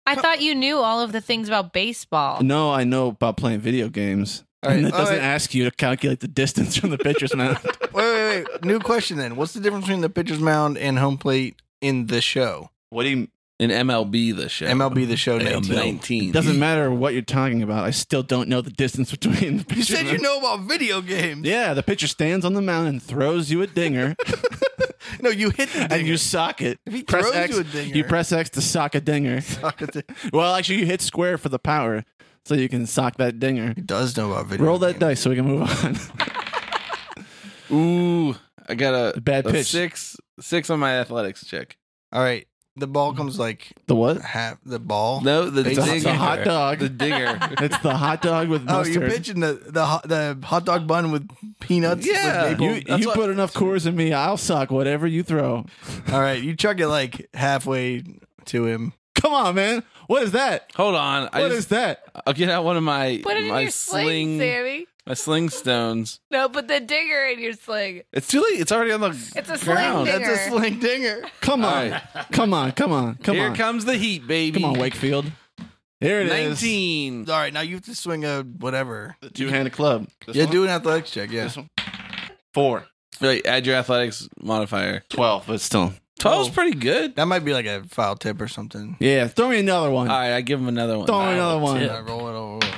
I thought you knew all of the things about baseball.
No, I know about playing video games.
All right,
and that
all
doesn't
right.
ask you to calculate the distance from the pitcher's mound.
Wait, wait, wait. New question then. What's the difference between the pitcher's mound and home plate in the show?
What do you?
in MLB the show?
MLB the show
MLB.
19.
It
19.
doesn't matter what you're talking about. I still don't know the distance between the
You
pitcher's
said you
mound.
know about video games.
Yeah, the pitcher stands on the mound and throws you a dinger,
No, you hit the
and
dinger.
you sock it.
If he
press
throws
X,
you a dinger.
You press X to sock a dinger. Well, actually, you hit square for the power, so you can sock that dinger.
He does know about video
Roll that
games.
dice so we can move on.
Ooh, I got a,
Bad
a
pitch.
six six on my athletics check.
All right. The ball comes like
The what?
half the ball.
No, the
It's
It's, a,
dinger.
it's a hot dog.
The dinger.
it's the hot dog with
Oh,
mustard.
you're pitching the the hot, the hot dog bun with peanuts. with
Yeah.
maple.
You,
That's
you
what-
put enough cores in me, I'll suck whatever you throw.
All right, you chuck it like halfway to him.
Come on, man. What is that?
Hold on.
What
I
is
just,
that?
I'll get out one of my
Put it in
my
your sling, Sammy.
my sling stones.
No, put the digger in your sling.
It's too late. It's already on the
It's a sling
ground.
digger.
That's a sling dinger.
Come
All
on.
right.
Come on. Come on. Come
Here
on.
comes the heat, baby.
Come on, Wakefield. There it is.
19.
All right, now you have to swing a whatever.
Two-handed club. This
yeah,
one?
do an athletics check. Yeah.
This one? Four.
Right, add your athletics modifier.
Twelve, but still.
12's
Oh.
pretty good.
That might be like a foul tip or something.
Yeah, throw me another one.
All right, I give him another one.
Throw
Wow.
me another one.
tip.
Yeah, roll it over.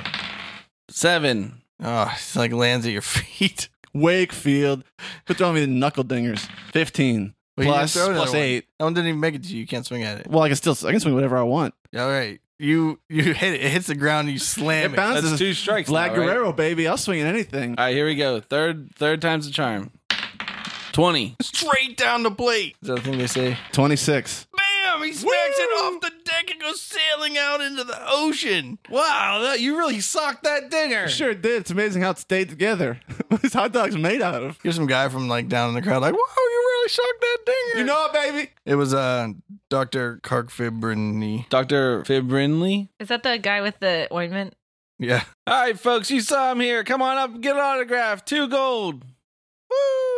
Seven.
Oh, it's like lands at your feet.
Wakefield. Quit throwing me the knuckle dingers. Fifteen.
Well, you
Plus-
didn't throw another
plus
one.
eight.
That one didn't even make it to you. You can't swing at it.
Well, I can still I can swing whatever I want.
All right, you you hit it. It hits the ground. and You slam it.
It bounced- This
That's
is
two strikes.
Vlad
now, right?
Guerrero, baby. I'll swing at anything.
All right, here we go. Third, third time's the charm. Twenty.
straight down the plate.
Is that the thing they say?
Twenty-six.
Bam! He smacks it off the deck and goes sailing out into the ocean.
Wow, that, you really socked that dinger.
Sure did. It's amazing how it stayed together. what this hot dog's made out of.
Here's some guy from like down in the crowd, like, "Wow, you really shocked that dinger!"
You know it, baby.
it was uh, Doctor Carkfibrini.
Doctor Fibrinley.
Is that the guy with the ointment?
Yeah,
All right, folks, you saw him here. Come on up, and get an autograph. Two gold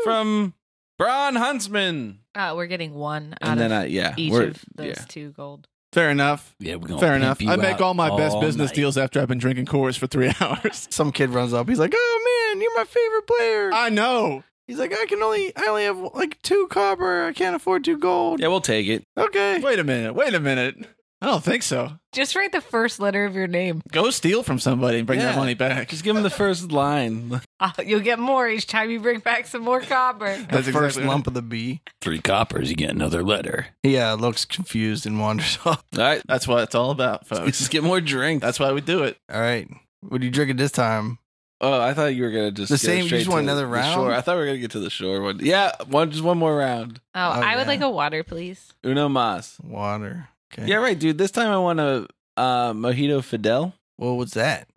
from Bron Huntsman.
Uh, we're getting one out
And then
of
I, yeah,
each
we're-
of those
yeah.
two gold.
Fair enough.
Yeah, we're gonna
Fair
pimp
enough.
you
I make
out
all my best
all
business
night.
deals after I've been drinking Coors for three hours.
some kid runs up. He's like, "Oh man, you're my favorite player."
I know.
He's like, "I can only, I only have like two copper. I can't afford two gold."
Yeah, we'll take it.
Okay.
Wait a minute. Wait a minute. I don't think so.
Just write the first letter of your name.
Go steal from somebody and bring
Yeah.
that money back.
Just give him the first line.
Uh, you'll get more each time you bring back some more copper.
The first
exactly right.
lump of the bee.
Three coppers, you get another letter.
Yeah, looks confused and wanders off.
All right,
That's what it's all about, folks.
just get more drinks.
That's why we do it.
All right, what do you drink it this time?
Oh, I thought you were gonna just
The
go
same- you
straight
just want
to
another
the
round?
Shore. I thought we were gonna get to the shore. One, yeah, one, just one more round.
Oh, I would
yeah.
like a water, please.
Uno mas.
Water. Okay.
Yeah, right, dude. This time I want a uh, mojito Fidel.
Well, what's that?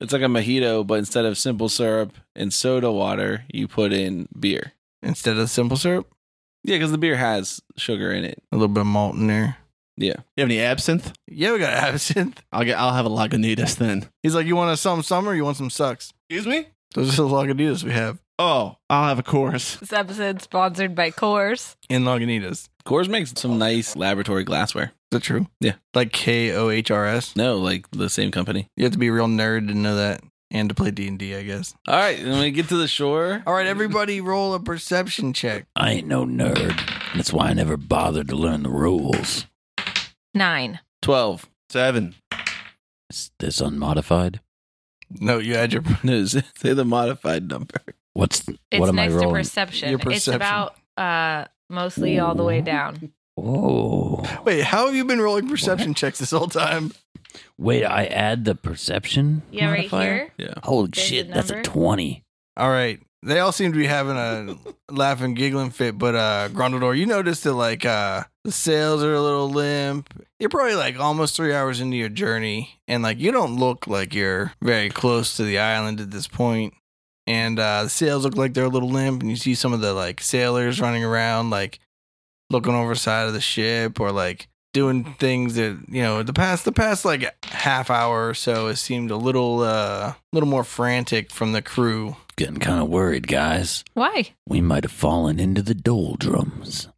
It's like a mojito, but instead of simple syrup and soda water, you put in beer.
Instead of simple syrup,
Yeah, because the beer has sugar in it.
a little bit of malt in there.
You have any absinthe?
Yeah, we got absinthe.
I'll get. I'll have a Lagunitas then.
He's like, you want a some summer? Or you want some sucks?
Excuse me.
Those are the Lagunitas we have
Oh, I'll have a Coors.
This episode sponsored by Coors.
in Lagunitas. Is
Coors makes some nice laboratory glassware.
that true?
Yeah.
Like K O H R S.
No, like the same company.
You have to be a real nerd to know that and to play D and D, I guess.
All right, then we get to the shore.
All right, everybody, roll a perception check.
I ain't no nerd. That's why I never bothered to learn the rules.
Nine.
Twelve.
Seven.
Is this unmodified?
No, you had your
No, say the modified number.
What's
It's
what am I
next to
rolling?
perception.
Your
It's
perception.
about uh, mostly all the way down.
Whoa.
Wait, how have you been rolling perception checks this whole time?
Wait, I add the perception.
Yeah, right
modifier?
here.
Holy
There's
shit,
the
that's a
number.
20.
All right. They all seem to be having a laughing, giggling fit, but uh Grundledor, you noticed that like uh the sails are a little limp. You're probably like almost three hours into your journey, and like you don't look like you're very close to the island at this point. And uh the sails look like they're a little limp, and you see some of the like sailors running around, like looking over side of the ship or like doing things that you know the past the past like half hour or so has seemed a little uh little more frantic from the crew
Getting kind of worried, guys.
Why?
We might have fallen into the doldrums.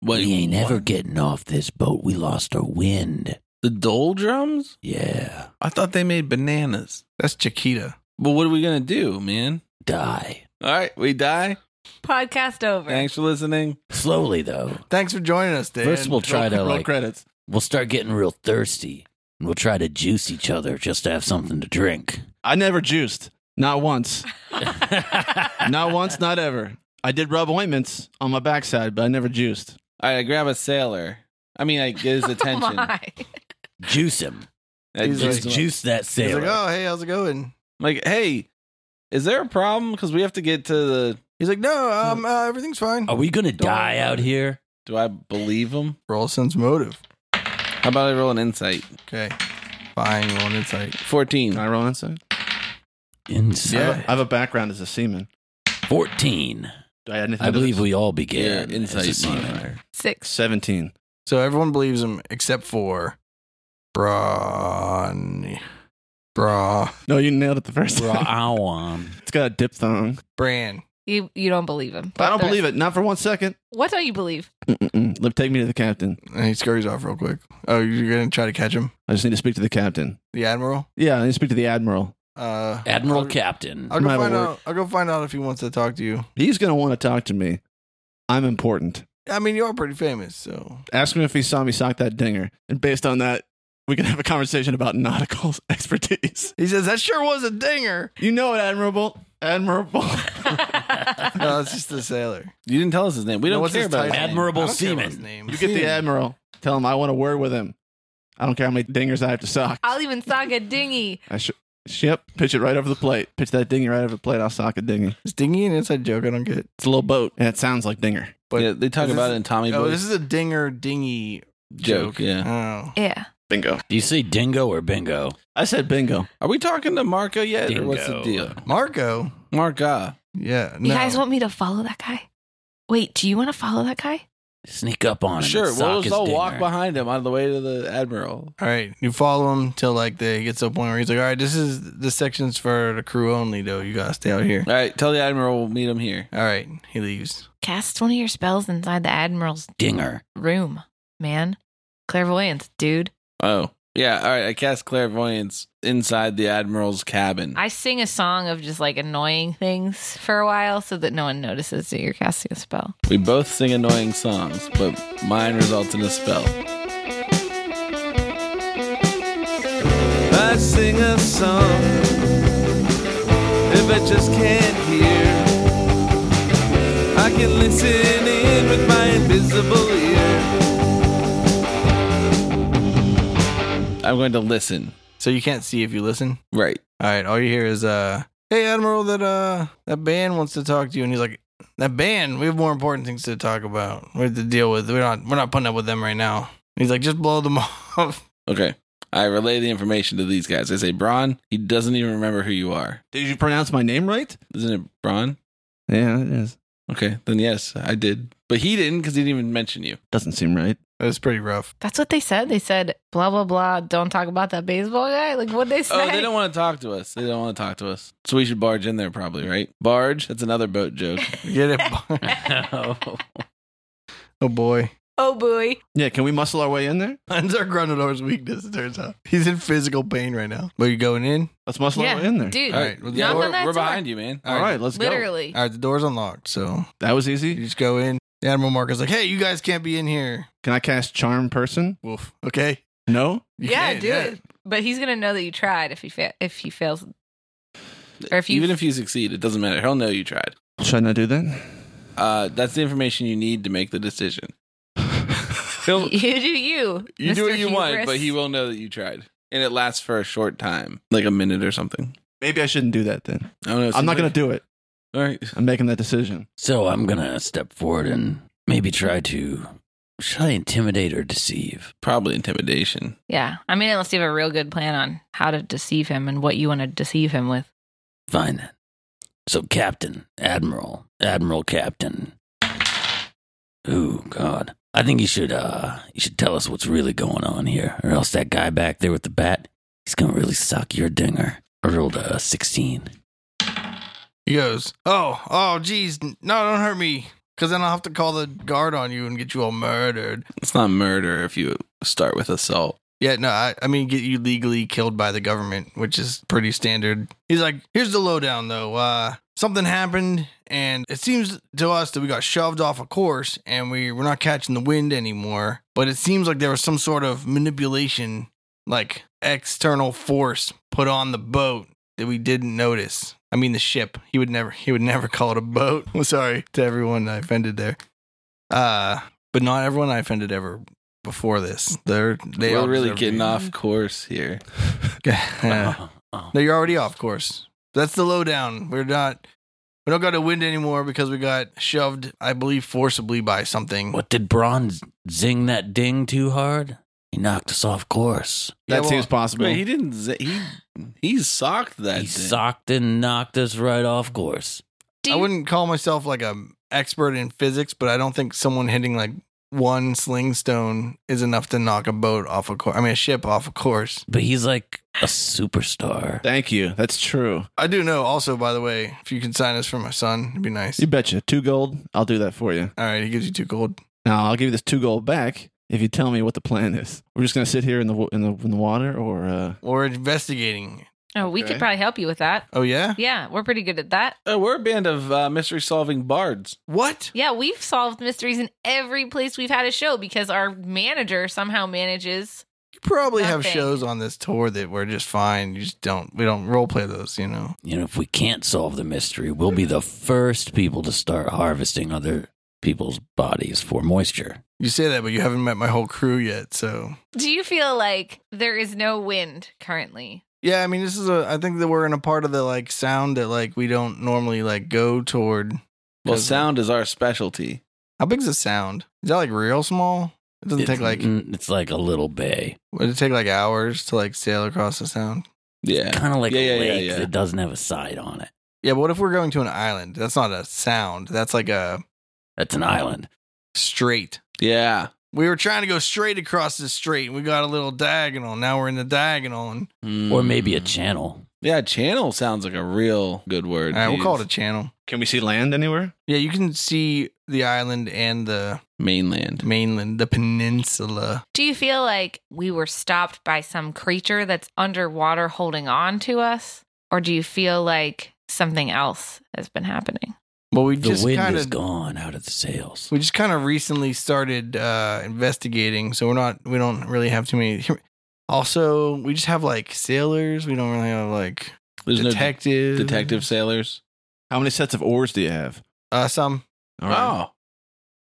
Wait,
we ain't
what?
ever getting off this boat. We lost our wind.
the doldrums?
Yeah.
I thought they made bananas.
That's Chiquita.
But what are we gonna do, man?
Die.
All right, we die.
Podcast over.
Thanks for listening.
Slowly, though.
Thanks for joining us, Dan.
First, we'll try to,
roll
like,
credits.
we'll start getting real thirsty. And we'll try to juice each other just to have something to drink.
I never juiced. Not once. not once, not ever. I did rub ointments on my backside, but I never juiced.
All right, I grab a sailor. I mean, I get his
Oh
attention.
my.
Juice him.
I
He's
just-
Just
like-
juice that
He's
sailor.
like, oh, hey, how's it going?
like, hey, is there a problem? Because we have to get to the.
He's like, no, um, uh, everything's fine.
Are we going to die out here?
Do I believe him?
Roll sense motive.
How about I roll an insight?
Okay. Fine, roll an insight.
Can
14.
I roll inside? I,
Inside.
have a- I have a background as a seaman.
14.
Do I add anything?
I
to
believe
this?
we all began
Yeah,
as
insight
a seaman.
modifier.
Six.
seventeen.
So everyone believes him except for Brawn. Bra.
No, you nailed it the first time.
Rowan.
It's got a diphthong.
Bran.
You you don't believe him.
I don't believe it. Not for one second.
What don't you believe?
Mm-mm-mm. Lip, take me to the captain.
And he scurries off real quick. Oh, you're going to try to catch him?
I just need to speak to the captain.
The Admiral?
Yeah, I need to speak to the admiral.
Uh,
Admiral
I'll,
Captain.
I'll go,
Might
find
work.
out, I'll go find out if he wants to talk to you.
He's going to want to talk to me. I'm important.
I mean, you are pretty famous, so.
Ask him if he saw me sock that dinger, and based on that, we can have a conversation about nautical expertise.
He says, that sure was a dinger.
You know it, admirable, admirable.
No, it's just a sailor.
You didn't tell us his name. We
No,
don't
what's
care
his
about his
title?
name.
Admiral
I don't care about his
Seaman.
name.
you get the admiral. Tell him I want a word with him. I don't care how many dingers I have to sock.
I'll even sock a dinghy.
I sh- ship, pitch it right over the plate. Pitch that dinghy right over the plate. I'll sock a dinghy.
Is dingy an inside joke? I don't get.
It's a little boat, and it sounds like dinger.
But
yeah, they talk
this
about
is-
it in Tommy
oh,
Boy's
this is a dinger dingy
joke.
joke.
Yeah.
Oh.
Yeah.
Bingo.
Do you say dingo or bingo?
I said bingo.
Are we talking to Marco yet? Or what's the
Dingo.
deal?
Marco.
Marca.
Yeah.
You
no.
guys want me to follow that guy? Wait, do you want to follow that guy?
Sneak up on him.
Sure.
and
We'll
sock
just
his
all walk
dinger.
behind him on the way to the Admiral.
All right. You follow him till like they get to a point where he's like, all right, this is this section's for the crew only, though. You gotta stay out here.
All right. Tell the Admiral we'll meet him here.
All right. He leaves.
Cast one of your spells inside the admiral's
Dinger.
room, man. Clairvoyance, dude.
Oh. Yeah. All right. I cast clairvoyance inside the Admiral's cabin.
I sing a song of just like annoying things for a while so that no one notices that you're casting a spell.
we both sing annoying songs, but mine results in a spell. I sing a song if I just can't hear. I can listen in with my invisible ear. I'm going to listen.
So you can't see if you listen.
Right.
All right. All you hear is, uh, hey, Admiral, that uh, that band wants to talk to you, and he's like, that band. We have more important things to talk about. We have to deal with. We're not. We're not putting up with them right now. And he's like, just blow them off.
Okay. I relay the information to these guys. I say, Braun, he doesn't even remember who you are.
Did you pronounce my name right?
Isn't it Braun?
Yeah, it is.
Okay, then yes, I did. But he didn't because he didn't even mention you.
Doesn't seem right.
That's pretty rough.
That's what they said. They said, blah, blah, blah. Don't talk about that baseball guy. Like, what they say?
Oh, they don't want to talk to us. They don't want to talk to us. So we should barge in there, probably, right? Barge? That's another boat joke.
Get it? oh boy.
oh, buoy.
Yeah, can we muscle our way in there?
That's our Grundledor's weakness, it turns out. He's in physical pain right now. But you going in?
Let's muscle
Yeah,
our way in there.
Dude,
All right. Well,
yeah,
knock
we're,
on that
we're
door.
behind you, man.
All right, let's
literally.
All right, the door's unlocked, so
go. That was
you
easy.
just go in. The Admiral Marco's like, hey, you guys can't be in here.
Can I cast charm person?
Woof. Okay.
No.
You
yeah,
can,
do it. But he's gonna know that you tried if he fa- if he fails, or if you
Even if you succeed, it doesn't matter. He'll know you tried.
Should I not do that?
Uh, that's the information you need to make the decision. He'll,
you do you.
you do
Mr.
what you want,
Hubris.
but he will know that you tried, and it lasts for a short time, like a minute or something.
Maybe I shouldn't do that then.
I don't know.
I'm not going to do it.
All right.
I'm making that decision.
So I'm gonna step forward and maybe try to. Shall I intimidate or deceive?
Probably intimidation.
Yeah. I mean, unless you have a real good plan on how to deceive him and what you want to deceive him with.
Fine then. So Captain, Admiral, Admiral Captain. Ooh, God. I think you should uh you should tell us what's really going on here, or else that guy back there with the bat, he's gonna really suck your dinger. I rolled a sixteen.
He goes, Oh, oh, geez, no, don't hurt me. Because then I'll have to call the guard on you and get you all murdered.
It's not murder if you start with assault.
Yeah, no, I, I mean, get you legally killed by the government, which is pretty standard. He's like, Here's the lowdown, though. Uh, something happened, and it seems to us that we got shoved off a course and we, we're not catching the wind anymore. But it seems like there was some sort of manipulation, like external force put on the boat that we didn't notice. I mean the ship. He would never he would never call it a boat. I'm sorry to everyone I offended there. Uh but not everyone I offended ever before this. They're they
We're
all
really
deserve
getting
to
off course here.
be- Yeah.
Oh, oh.
no, you're already off course. That's the lowdown. We're not we don't got a wind anymore because we got shoved, I believe, forcibly by something.
What did Braun zing that ding too hard? He knocked us off course.
Yeah,
That
well,
seems possible.
Wait, he didn't. z- He he socked that.
he
thing.
socked and knocked us right off course.
Do
I
you-
wouldn't call myself like a expert in physics, but I don't think someone hitting like one sling stone is enough to knock a boat off a course. I mean, a ship off a course.
But he's like a superstar.
Thank you. That's true.
I do know. Also, by the way, if you can sign us for my son, it'd be nice.
You betcha. Two gold. I'll do that for you.
All right, he gives you two gold.
Now I'll give you this two gold back if you tell me what the plan is. We're just gonna sit here in the wa- in the in the water, or uh,
Or investigating.
oh, we could
Okay.
probably help you with that.
Oh yeah.
Yeah, we're pretty good at that.
Oh, we're a band of uh, mystery solving bards.
What?
Yeah, we've solved mysteries in every place we've had a show because our manager somehow manages.
You probably have
Nothing.
shows on this tour that were just fine. You just don't. We don't role play those. You know.
You know, if we can't solve the mystery, we'll be the first people to start harvesting other people's bodies for moisture.
You say that, but you haven't met my whole crew yet. So
Do you feel like there is no wind currently?
yeah, I mean, this is a. I think that we're in a part of the like sound that like we don't normally like go toward.
Well,
'Cause-
sound is our specialty.
How big's the sound? Is that like real small? It doesn't take like
Mm, it's mm. like a little bay,
would it take like hours to like sail across the sound?
Yeah.
kind of like
Yeah, yeah,
a
yeah,
lake
yeah.
that doesn't have a side on it.
Yeah, but what if we're going to an island? That's not a sound. That's like a
That's an island.
straight.
Yeah.
We were trying to go straight across the street and we got a little diagonal. Now we're in the diagonal and
Or maybe a
Mm.
channel.
channel.
yeah, channel sounds like a real good word.
all right, we'll
to
call it
use.
a channel.
can we see land anywhere?
Yeah, you can see the island and the
mainland.
mainland, the peninsula.
Do you feel like we were stopped by some creature that's underwater holding on to us? Or do you feel like something else has been happening?
But we
The
just
wind
kind
is
of
gone out of the sails.
we just kind of recently started uh investigating so we're not we don't really have too many also we just have like sailors we don't really have like
There's
detective
no detective sailors.
How many sets of oars do you have?
uh some
All right,
Oh,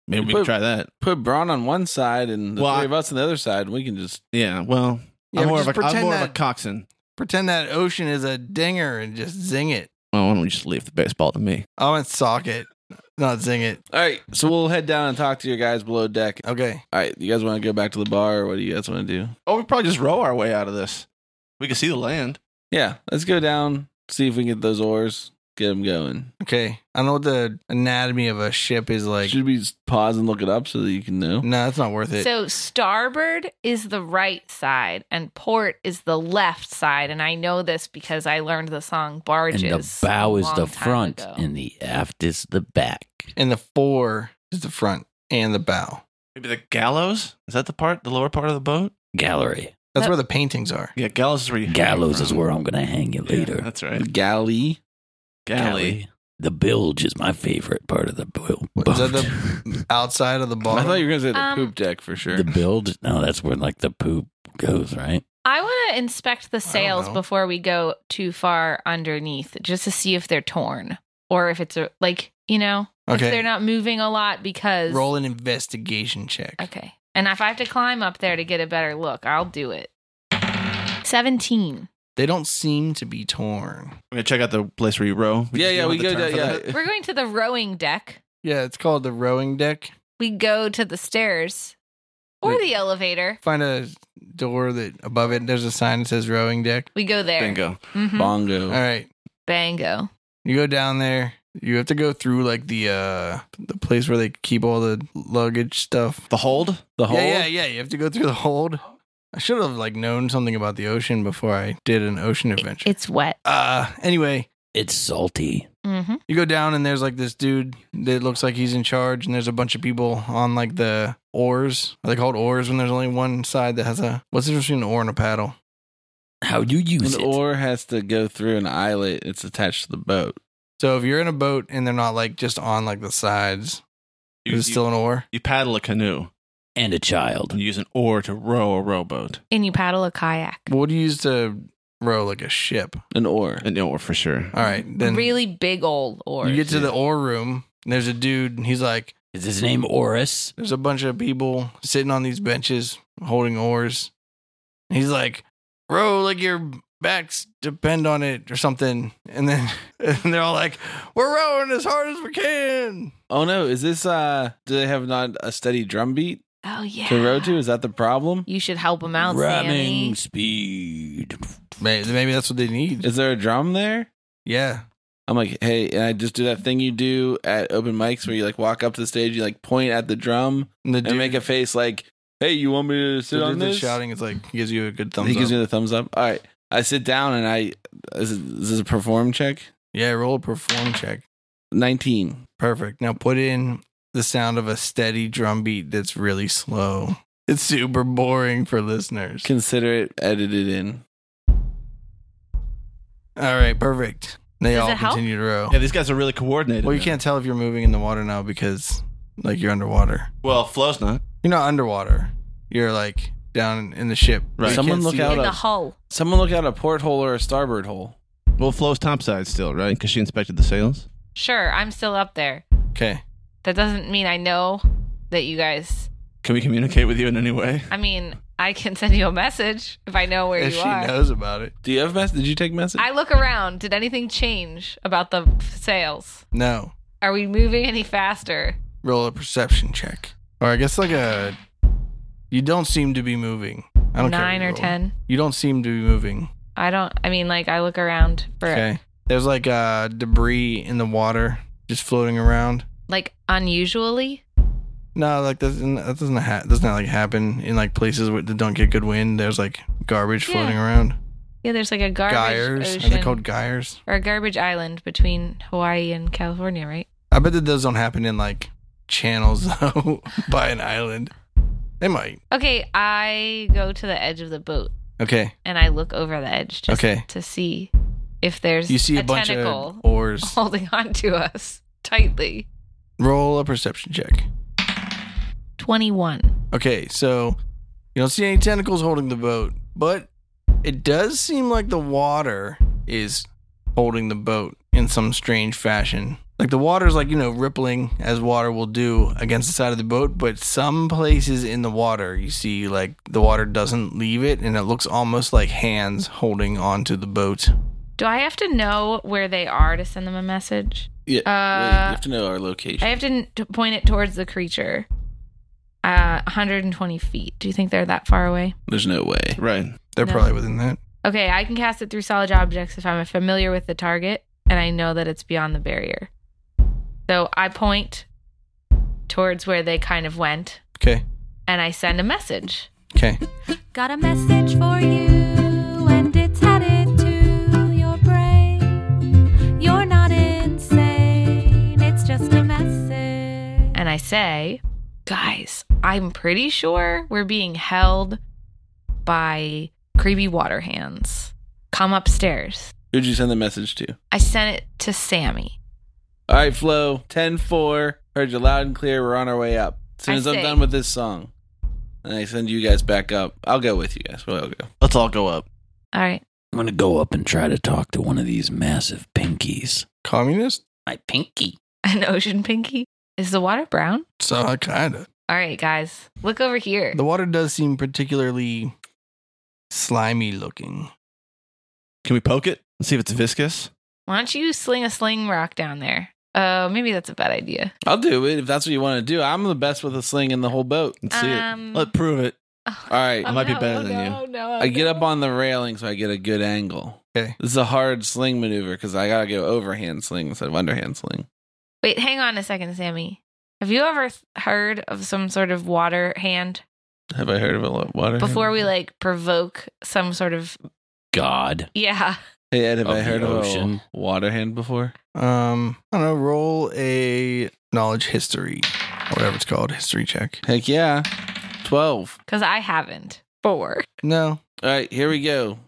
maybe we
But-
can try that.
put Braun on one side and the
Well,
three
I-
of us on the other side. We can just
Yeah. Well,
yeah,
I'm
but
more, of
just
a, I'm
pretend
more
that
of a coxswain.
pretend that ocean is a dinger and just zing it
Well, why don't we just leave the baseball to me?
i want sock it not zing it
all right. So we'll head down and talk to your guys below deck.
okay
All right, you guys want to go back to the bar? or What do you guys want to do?
Oh, we probably just row our way out of this. We can see the land.
Yeah, let's go down. See if we can get those oars. Get them going.
okay i know what the anatomy of a ship is like
Should we just pause and look it up so that you can know?
no that's not worth it
So, starboard is the right side and port is the left side. And I know this because I learned the song
And
Barges.
the bow
a
is the
long time
front,
ago.
and the aft is the back.
and the fore is the front and the bow
Maybe the gallows. Is that the part, the lower part of the boat?
Gallery.
that's
That-
where the paintings are
Yeah, gallows is where you hang
Gallows
from.
is where I'm going to hang you
Yeah,
later.
that's right.
Galley.
Galley.
The bilge is my favorite part of the bo- boat.
Is that the outside of the bottom
I thought you were gonna say the
Um,
poop deck for sure.
The bilge? No, that's where like the poop goes, right?
I want to inspect the sails
know.
before we go too far underneath just to see if they're torn or if it's a, like, you know, If they're
Okay.
not moving a lot because
Roll an investigation check.
Okay. And if I have to climb up there to get a better look, I'll do it. 17.
They don't seem to be torn.
I'm gonna check out the place where you
Yeah,
row. just
yeah,
don't
we
have the
go
time
down-
for
yeah.
Eh.
that.
We're going to the rowing deck.
Yeah, it's called the rowing deck.
We go to the stairs or
Wait.
the elevator.
Find a door that above it there's a sign that says rowing deck.
We go there.
Bingo.
Mhm.
Bongo.
All right.
Bango.
You go down there. You have to go through like the uh the place where they keep all the luggage stuff.
The hold.
The whole.
Yeah, yeah, yeah. You have to go through the hold. I should have like known something about the ocean before I did an ocean adventure.
It's wet.
uh anyway,
It's salty.
Mm-hmm.
You go down and there's like this dude that looks like he's in charge, and there's a bunch of people on like the oars. Are they called oars when there's only one side that has a? What's the difference between an oar and a paddle?
How do you use
An
it?
oar has to go through an eyelet. It's attached to the boat.
So if you're in a boat and they're not like just on like the sides,
You,
is it still an oar?
you paddle a canoe
and a child.
and use an oar to row a rowboat.
And you paddle a kayak.
What do you use to row like a ship?
An oar.
An oar for sure.
All right, then
really big old oars.
you get to the oar room. And there's a dude, and he's like,
Is his name Oris?
there's a bunch of people sitting on these benches holding oars. And he's like, row like your backs depend on it or something. And then and they're all like, we're rowing as hard as we can.
Oh no, is this uh do they have not a steady drum beat
oh yeah.
to row to? Is that the problem?
You should help him out, Sammy.
Rhyming speed.
Maybe, maybe that's what they need.
Is there a drum there?
Yeah.
I'm like, hey, and I just do that thing you do at open mics where you like walk up to the stage, you like point at the drum
And the
and
dude,
make a face like, hey, you want me to sit
the
on
dude that's
this?
shouting is like, gives you a good thumbs
he
up.
gives me the thumbs up. All right, I sit down and I is, it- is this a perform check?
yeah, roll a perform check.
Nineteen.
Perfect. Now put in the sound of a steady drum beat that's really slow. It's super boring for listeners.
Consider it edited in.
All right, perfect. They
Does
all
it help?
continue to row.
Yeah, these guys are really coordinated.
Well, you
man.
can't tell if you're moving in the water now because like you're underwater.
Well, Flo's not.
You're not underwater. You're like down in the ship.
Right.
You
Someone
can't
look
see
out
In
it.
up.
the hull.
Someone look out a porthole or a starboard hole.
Well, Flo's topside still, right? Because she inspected the sails.
Sure, I'm still up there.
Okay.
That doesn't mean I know that you guys.
Can we communicate with you in any way?
I mean, I can send you a message if I know where
If
you
she
are.
knows about it.
Do you have mess? Did you take message?
I look around. Did anything change about the sails?
No.
Are we moving any faster?
Roll a perception check. Or I guess like a you don't seem to be moving. I don't care
Nine
what
or
you roll.
ten?
You don't seem to be moving.
I don't. I mean, like I look around for
Okay. There's like uh debris in the water just floating around.
like unusually.
No, like that doesn't that doesn't ha- doesn't that like happen in like places where- that don't get good wind. There's like garbage
Yeah.
floating around.
Yeah, there's like a garbage
Gyres.
ocean
Are they called gyres?
or a garbage island between Hawaii and California, right?
I bet that those don't happen in like channels though by an island. They might.
Okay, I go to the edge of the boat
Okay.
and I look over the edge just
Okay.
to see if there's
You see a,
a
bunch
tentacle
of oars.
holding on to us tightly.
Roll a perception check.
21.
Okay, so you don't see any tentacles holding the boat, but it does seem like the water is holding the boat in some strange fashion. Like the water's like, you know, rippling as water will do against the side of the boat, but some places in the water, you see like the water doesn't leave it and it looks almost like hands holding onto the boat.
Do I have to know where they are to send them a message?
yeah.
uh,
you have to know our location.
I have to n- to point it towards the creature. Uh, 120 feet. Do you think they're that far away?
There's no way.
Right.
They're
No.
probably within that.
Okay, I can cast it through solid objects if I'm familiar with the target and I know that it's beyond the barrier. So I point towards where they kind of went
Okay.
and I send a message.
Okay.
Got a message for you, and it's headed to your brain. You're not insane, it's just a message.
And I say, guys, I'm pretty sure we're being held by creepy water hands. Come upstairs.
Who'd you send the message to?
I sent it to Sammy.
All right, Flo, 10 4. Heard you loud and clear. We're on our way up. As soon
I
as I'm
say-
done with this song, and I send you guys back up, I'll go with you guys. We'll all go.
Let's all go up.
All right.
I'm gonna go up and try to talk to one of these massive pinkies.
Communist?
My pinky.
An ocean pinky? Is the water brown?
So kind of.
All right, guys, look over here.
The water does seem particularly slimy looking.
Can we poke it and see if it's viscous?
Why don't you sling a sling rock down there? Oh, maybe that's a bad idea.
I'll do it if that's what you want to do. I'm the best with a sling in the whole boat.
Let's see
Um,
it. Let's prove it.
Oh,
All right.
I might be better than you.
No, no,
I get up on the railing so I get a good angle.
Okay.
This is a hard sling maneuver because I gotta go overhand sling instead of underhand sling.
Wait, hang on a second, Sammy. Have you ever th- heard of some sort of water hand
Have I heard of a lo- water?
before
hand?
we like provoke some sort of
God.
yeah?
Hey Ed, have
Of
I
the
heard of
ocean.
a water hand before?
Um, I don't know. Roll a knowledge history, or whatever it's called, history check.
Heck yeah. Twelve.
Because I haven't. Four.
No,
All right, here we go.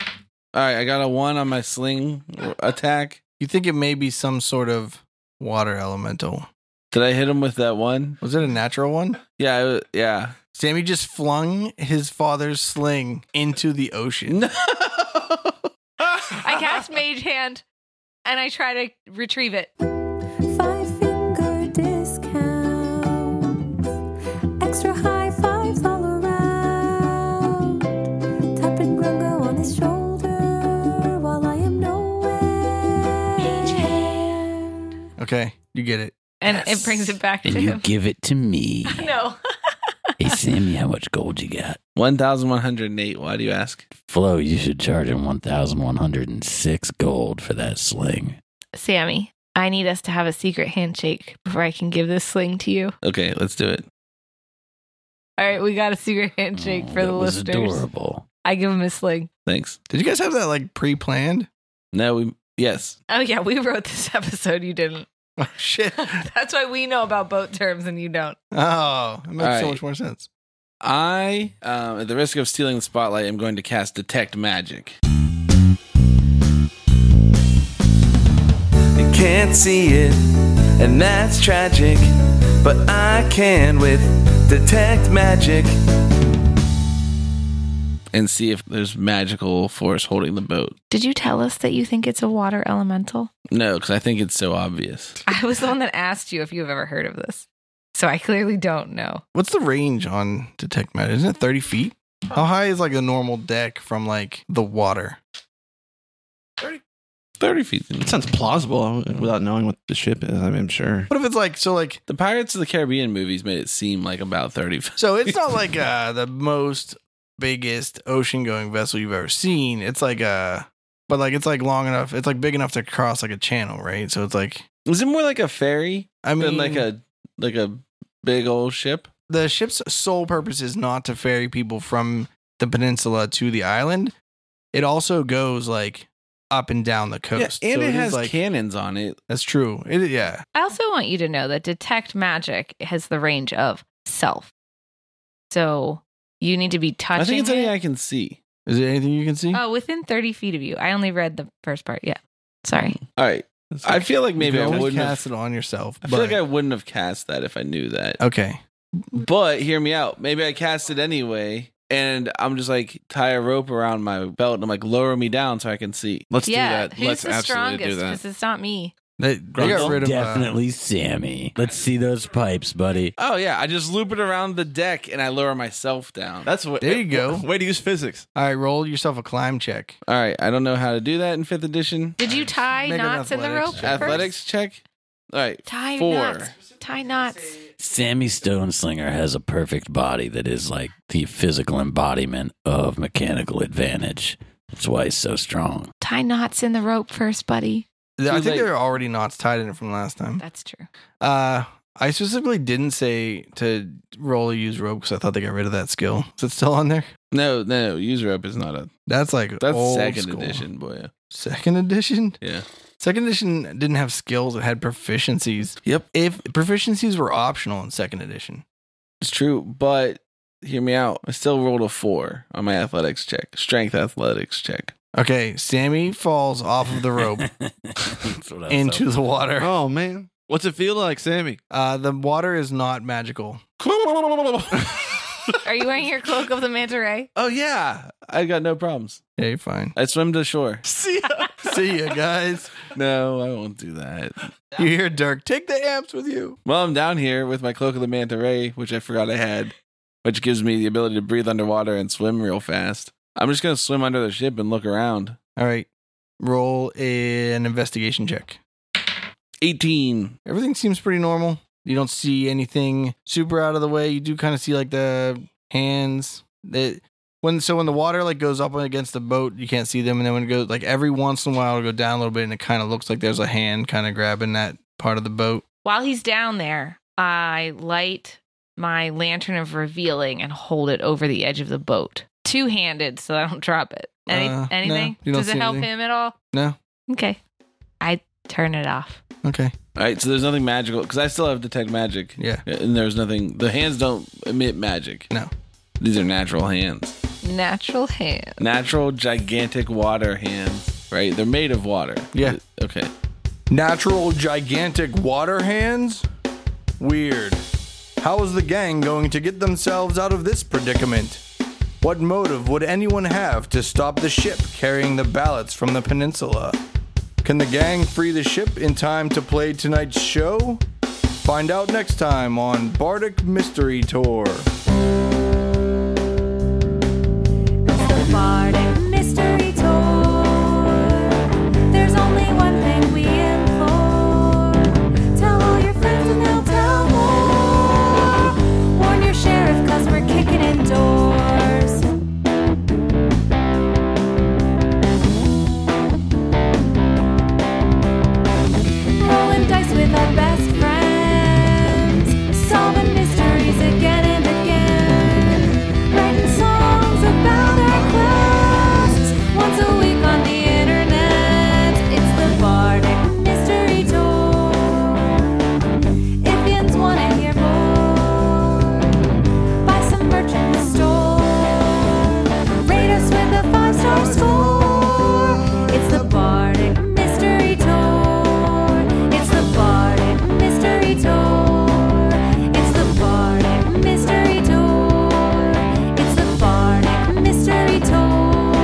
All right, I got a one on my sling r- attack.
you think it may be some sort of water elemental.
Did I hit him with that one?
Was it a natural one?
Yeah, I w- yeah.
Sammy just flung his father's sling into the ocean.
No.
I cast Mage Hand, and I try to retrieve it.
Five finger discounts. Extra high fives all around. Tapping Grungo on his shoulder while I am nowhere. Page hand.
Okay, you get it.
And it brings it back to
And you
him.
give it to me.
No.
hey, Sammy, how much gold you got?
One thousand one hundred and eight. Why do you ask?
Flo, you should charge him 1,106 gold for that sling.
Sammy, I need us to have a secret handshake before I can give this sling to you.
Okay, let's do it.
All right, we got a secret handshake
Oh,
for the
that was
listeners.
adorable.
I give him a sling.
Thanks.
Did you guys have that like pre-planned?
No, we yes.
Oh yeah, we wrote this episode. You didn't.
Oh shit!
That's why we know about boat terms and you don't.
Oh, that makes
All right.
so much more sense.
I, um, at the risk of stealing the spotlight, am going to cast Detect Magic.
You can't see it, and that's tragic. But I can with Detect Magic.
and see if there's magical force holding the boat.
Did you tell us that you think it's a water elemental?
No, because I think it's so obvious.
I was the one that asked you if you've ever heard of this. So I clearly don't know.
What's the range on detect matter? Isn't it 30 feet? How high is like a normal deck from like the water?
30 feet. in.
It sounds plausible uh, without knowing what the ship is. I mean, I'm sure.
What if it's like so like
The Pirates of the Caribbean movies made it seem like about 30 feet.
so it's not like uh the most biggest ocean going vessel you've ever seen. It's like uh but like it's like long enough. It's like big enough to cross like a channel, right? So it's like
Is it more like a ferry
I mean
than like a like a big old ship?
the ship's sole purpose is not to ferry people from the peninsula to the island. It also goes like up and down the coast.
and
So
it
is,
has
like
cannons on it.
that's true. It, yeah.
I also want you to know that detect magic has the range of self. So you need to be touching.
I think it's anything
it.
I can see.
Is there anything you can see?
Oh, within 30 feet of you. I only read the first part. Yeah. Sorry.
All right. I feel like maybe
You
I
could
wouldn't
cast
have,
it on yourself.
I feel like
but-
I wouldn't have cast that if I knew that.
okay.
But hear me out. Maybe I cast it anyway. And I'm just like tie a rope around my belt and I'm like lower me down so I can see.
Let's
yeah.
do that.
Who's
Let's
the
absolutely
strongest?
do that.
Because it's not me.
They, they got
Grundle?
rid of uh,
Definitely Sammy. Let's see those pipes, buddy.
Oh yeah, I just loop it around the deck and I lower myself down.
That's what.
There you go.
Way to use physics.
All right, roll yourself a climb check.
All right, I don't know how to do that in fifth edition.
Did you tie
Make an
knots in the rope?
athletics check.
first?
Athletics check. All right,
Tie
four.
knots. Tie knots.
Sammy Stoneslinger has a perfect body that is like the physical embodiment of mechanical advantage. That's why he's so strong.
Tie knots in the rope first, buddy.
I think
like-
there are already knots tied in it from last time.
That's true.
Uh, I specifically didn't say to roll a use rope because I thought they got rid of that skill. Is it still on there?
No, no, use rope is not a.
That's like
That's
old
second
school.
edition, boy.
Second edition.
Yeah.
Second edition didn't have skills; it had proficiencies.
Yep.
If proficiencies were optional in second edition,
It's true, but hear me out. I still rolled a four on my athletics check, strength athletics check.
okay, Sammy falls off of the rope
That's what I was
into
hoping.
the water.
Oh man, what's it feel like, Sammy?
Uh, the water is not magical.
Are you wearing your cloak of the manta ray?
Oh yeah, I got no problems.
Yeah, you're fine.
I swim to shore.
See, ya.
See ya, guys.
No, I won't do that.
You hear Dirk? Take the amps with you.
Well, I'm down here with my cloak of the manta ray, which I forgot I had, which gives me the ability to breathe underwater and swim real fast. I'm just gonna swim under the ship and look around.
All right. Roll an investigation check.
18.
Everything seems pretty normal. You don't see anything super out of the way. You do kind of see like the hands that when so when the water like goes up against the boat, you can't see them, and then when it goes like every once in a while, it'll go down a little bit, and it kind of looks like there's a hand kind of grabbing that part of the boat.
While he's down there, I light my lantern of revealing and hold it over the edge of the boat, two handed, so I don't drop it. Any,
Uh, no,
anything?
you don't
Does it
see
help
anything.
him at all?
No.
Okay. I turn it off.
Okay.
All right, so there's nothing magical because I still have detect magic,
Yeah.
and there's nothing. The hands don't emit magic.
No.
These are natural hands,
Natural hand.
natural gigantic water hands. Right? They're made of water.
Yeah.
Okay.
Natural gigantic water hands? Weird. How is the gang going to get themselves out of this predicament? What motive would anyone have to stop the ship carrying the ballots from the peninsula? Can the gang free the ship in time to play tonight's show? Find out next time on Bardic Mystery Tour.
The Bardic Mystery Tour. There's only one thing we implore. Tell all your friends and they'll tell more. Warn your sheriff cause we're kicking in doors. Rolling dice with our best friends. Solving mysteries again and again writing songs about our quests. Once a week on the internet, it's the Bardic Mystery Tour. If you want to hear more, buy some merch in the store. Rate us with a five star score. It's the Bardic Mystery Tour. It's the Bardic Mystery Tour. It's the Bardic Mystery Tour. It's the Bardic Mystery Tour.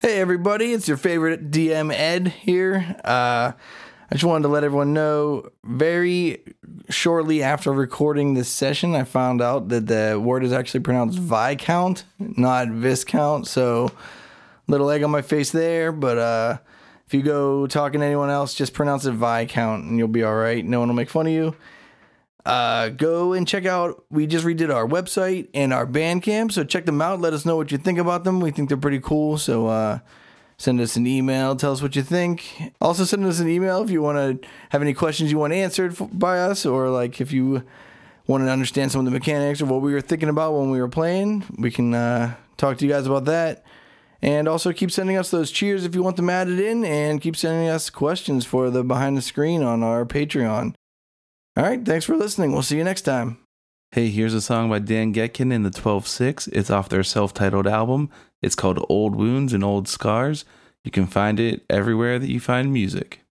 Hey everybody, it's your favorite DM Ed here. Uh, I just wanted to let everyone know very shortly after recording this session, I found out that the word is actually pronounced Viscount, not Viscount. So, little egg on my face there. But uh, if you go talking to anyone else, just pronounce it Viscount and you'll be all right. No one will make fun of you uh, go and check out. We just redid our website and our Bandcamp, so check them out. Let us know what you think about them. We think they're pretty cool. So uh, send us an email. Tell us what you think. Also, send us an email if you want to have any questions you want answered f- by us, or like if you want to understand some of the mechanics or what we were thinking about when we were playing. We can uh, talk to you guys about that. And also keep sending us those cheers if you want them added in, and keep sending us questions for the behind the screen on our Patreon. All right. Thanks for listening. We'll see you next time.
Hey, here's a song by Dan Getkin and the 12 Six. It's off their self titled album. It's called Old Wounds and Old Scars. You can find it everywhere that you find music.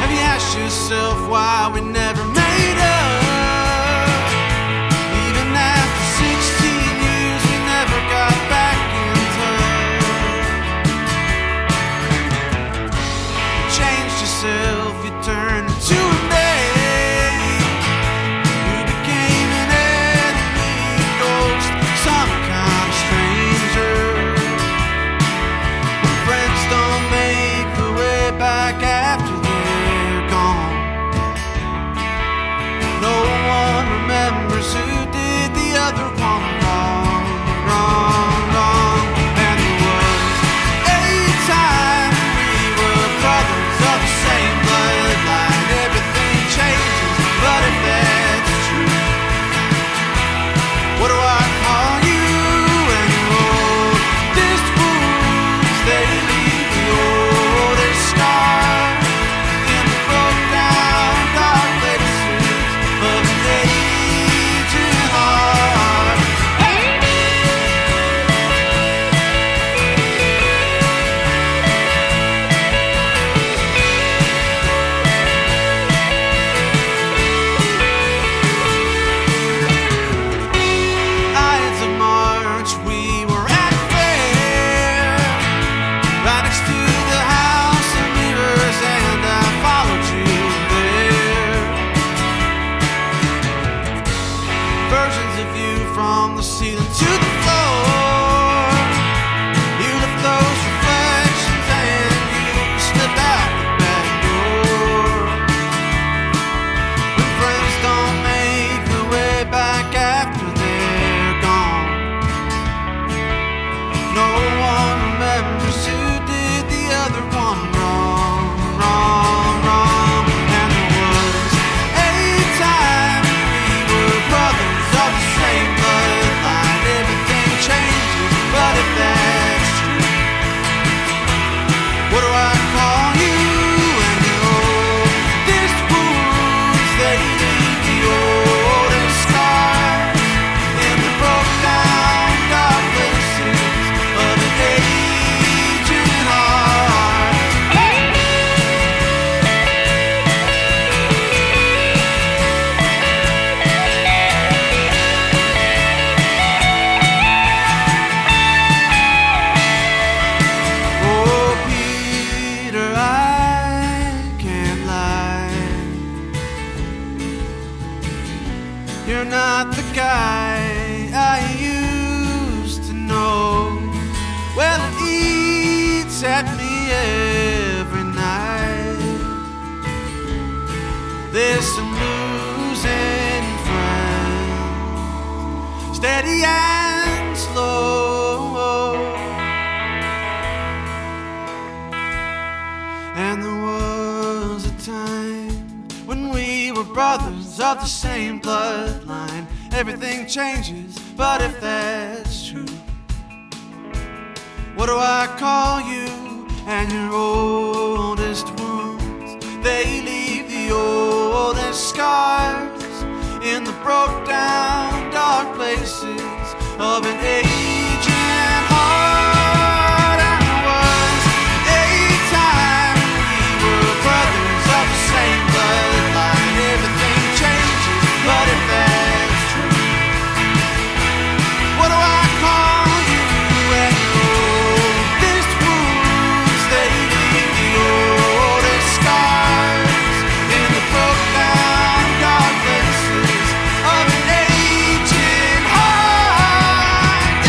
Have you asked yourself why we never made up? Even after 16 years, we never got back in touch. You changed yourself, you turned into a man who became an enemy, a ghost, some kind of stranger. Friends don't make the way back after they're gone. Oh, every night. There's some losing friends, steady and slow. And there was a time when we were brothers of the same bloodline. Everything changes, but if that's true, what do I call you and your oldest wounds? They leave the oldest scars in the broke down, dark places of an aging heart. And it was a time we were brothers of the same bloodline. Everything changes, but if that's true. What do I call you when oldest wounds they leave the oldest scars in the profound dark places of an aging heart?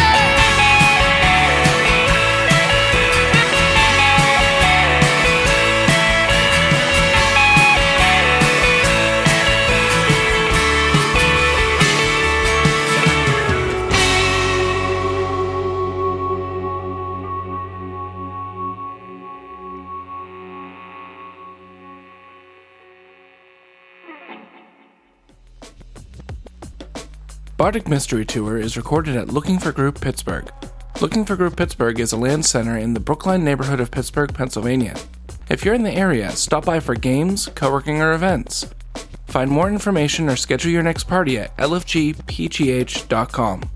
Bardic Mystery Tour is recorded at Looking for Group Pittsburgh. Looking for Group Pittsburgh is a land center in the Brookline neighborhood of Pittsburgh, Pennsylvania. If you're in the area, stop by for games, co working, or events. Find more information or schedule your next party at lfgpgh.com.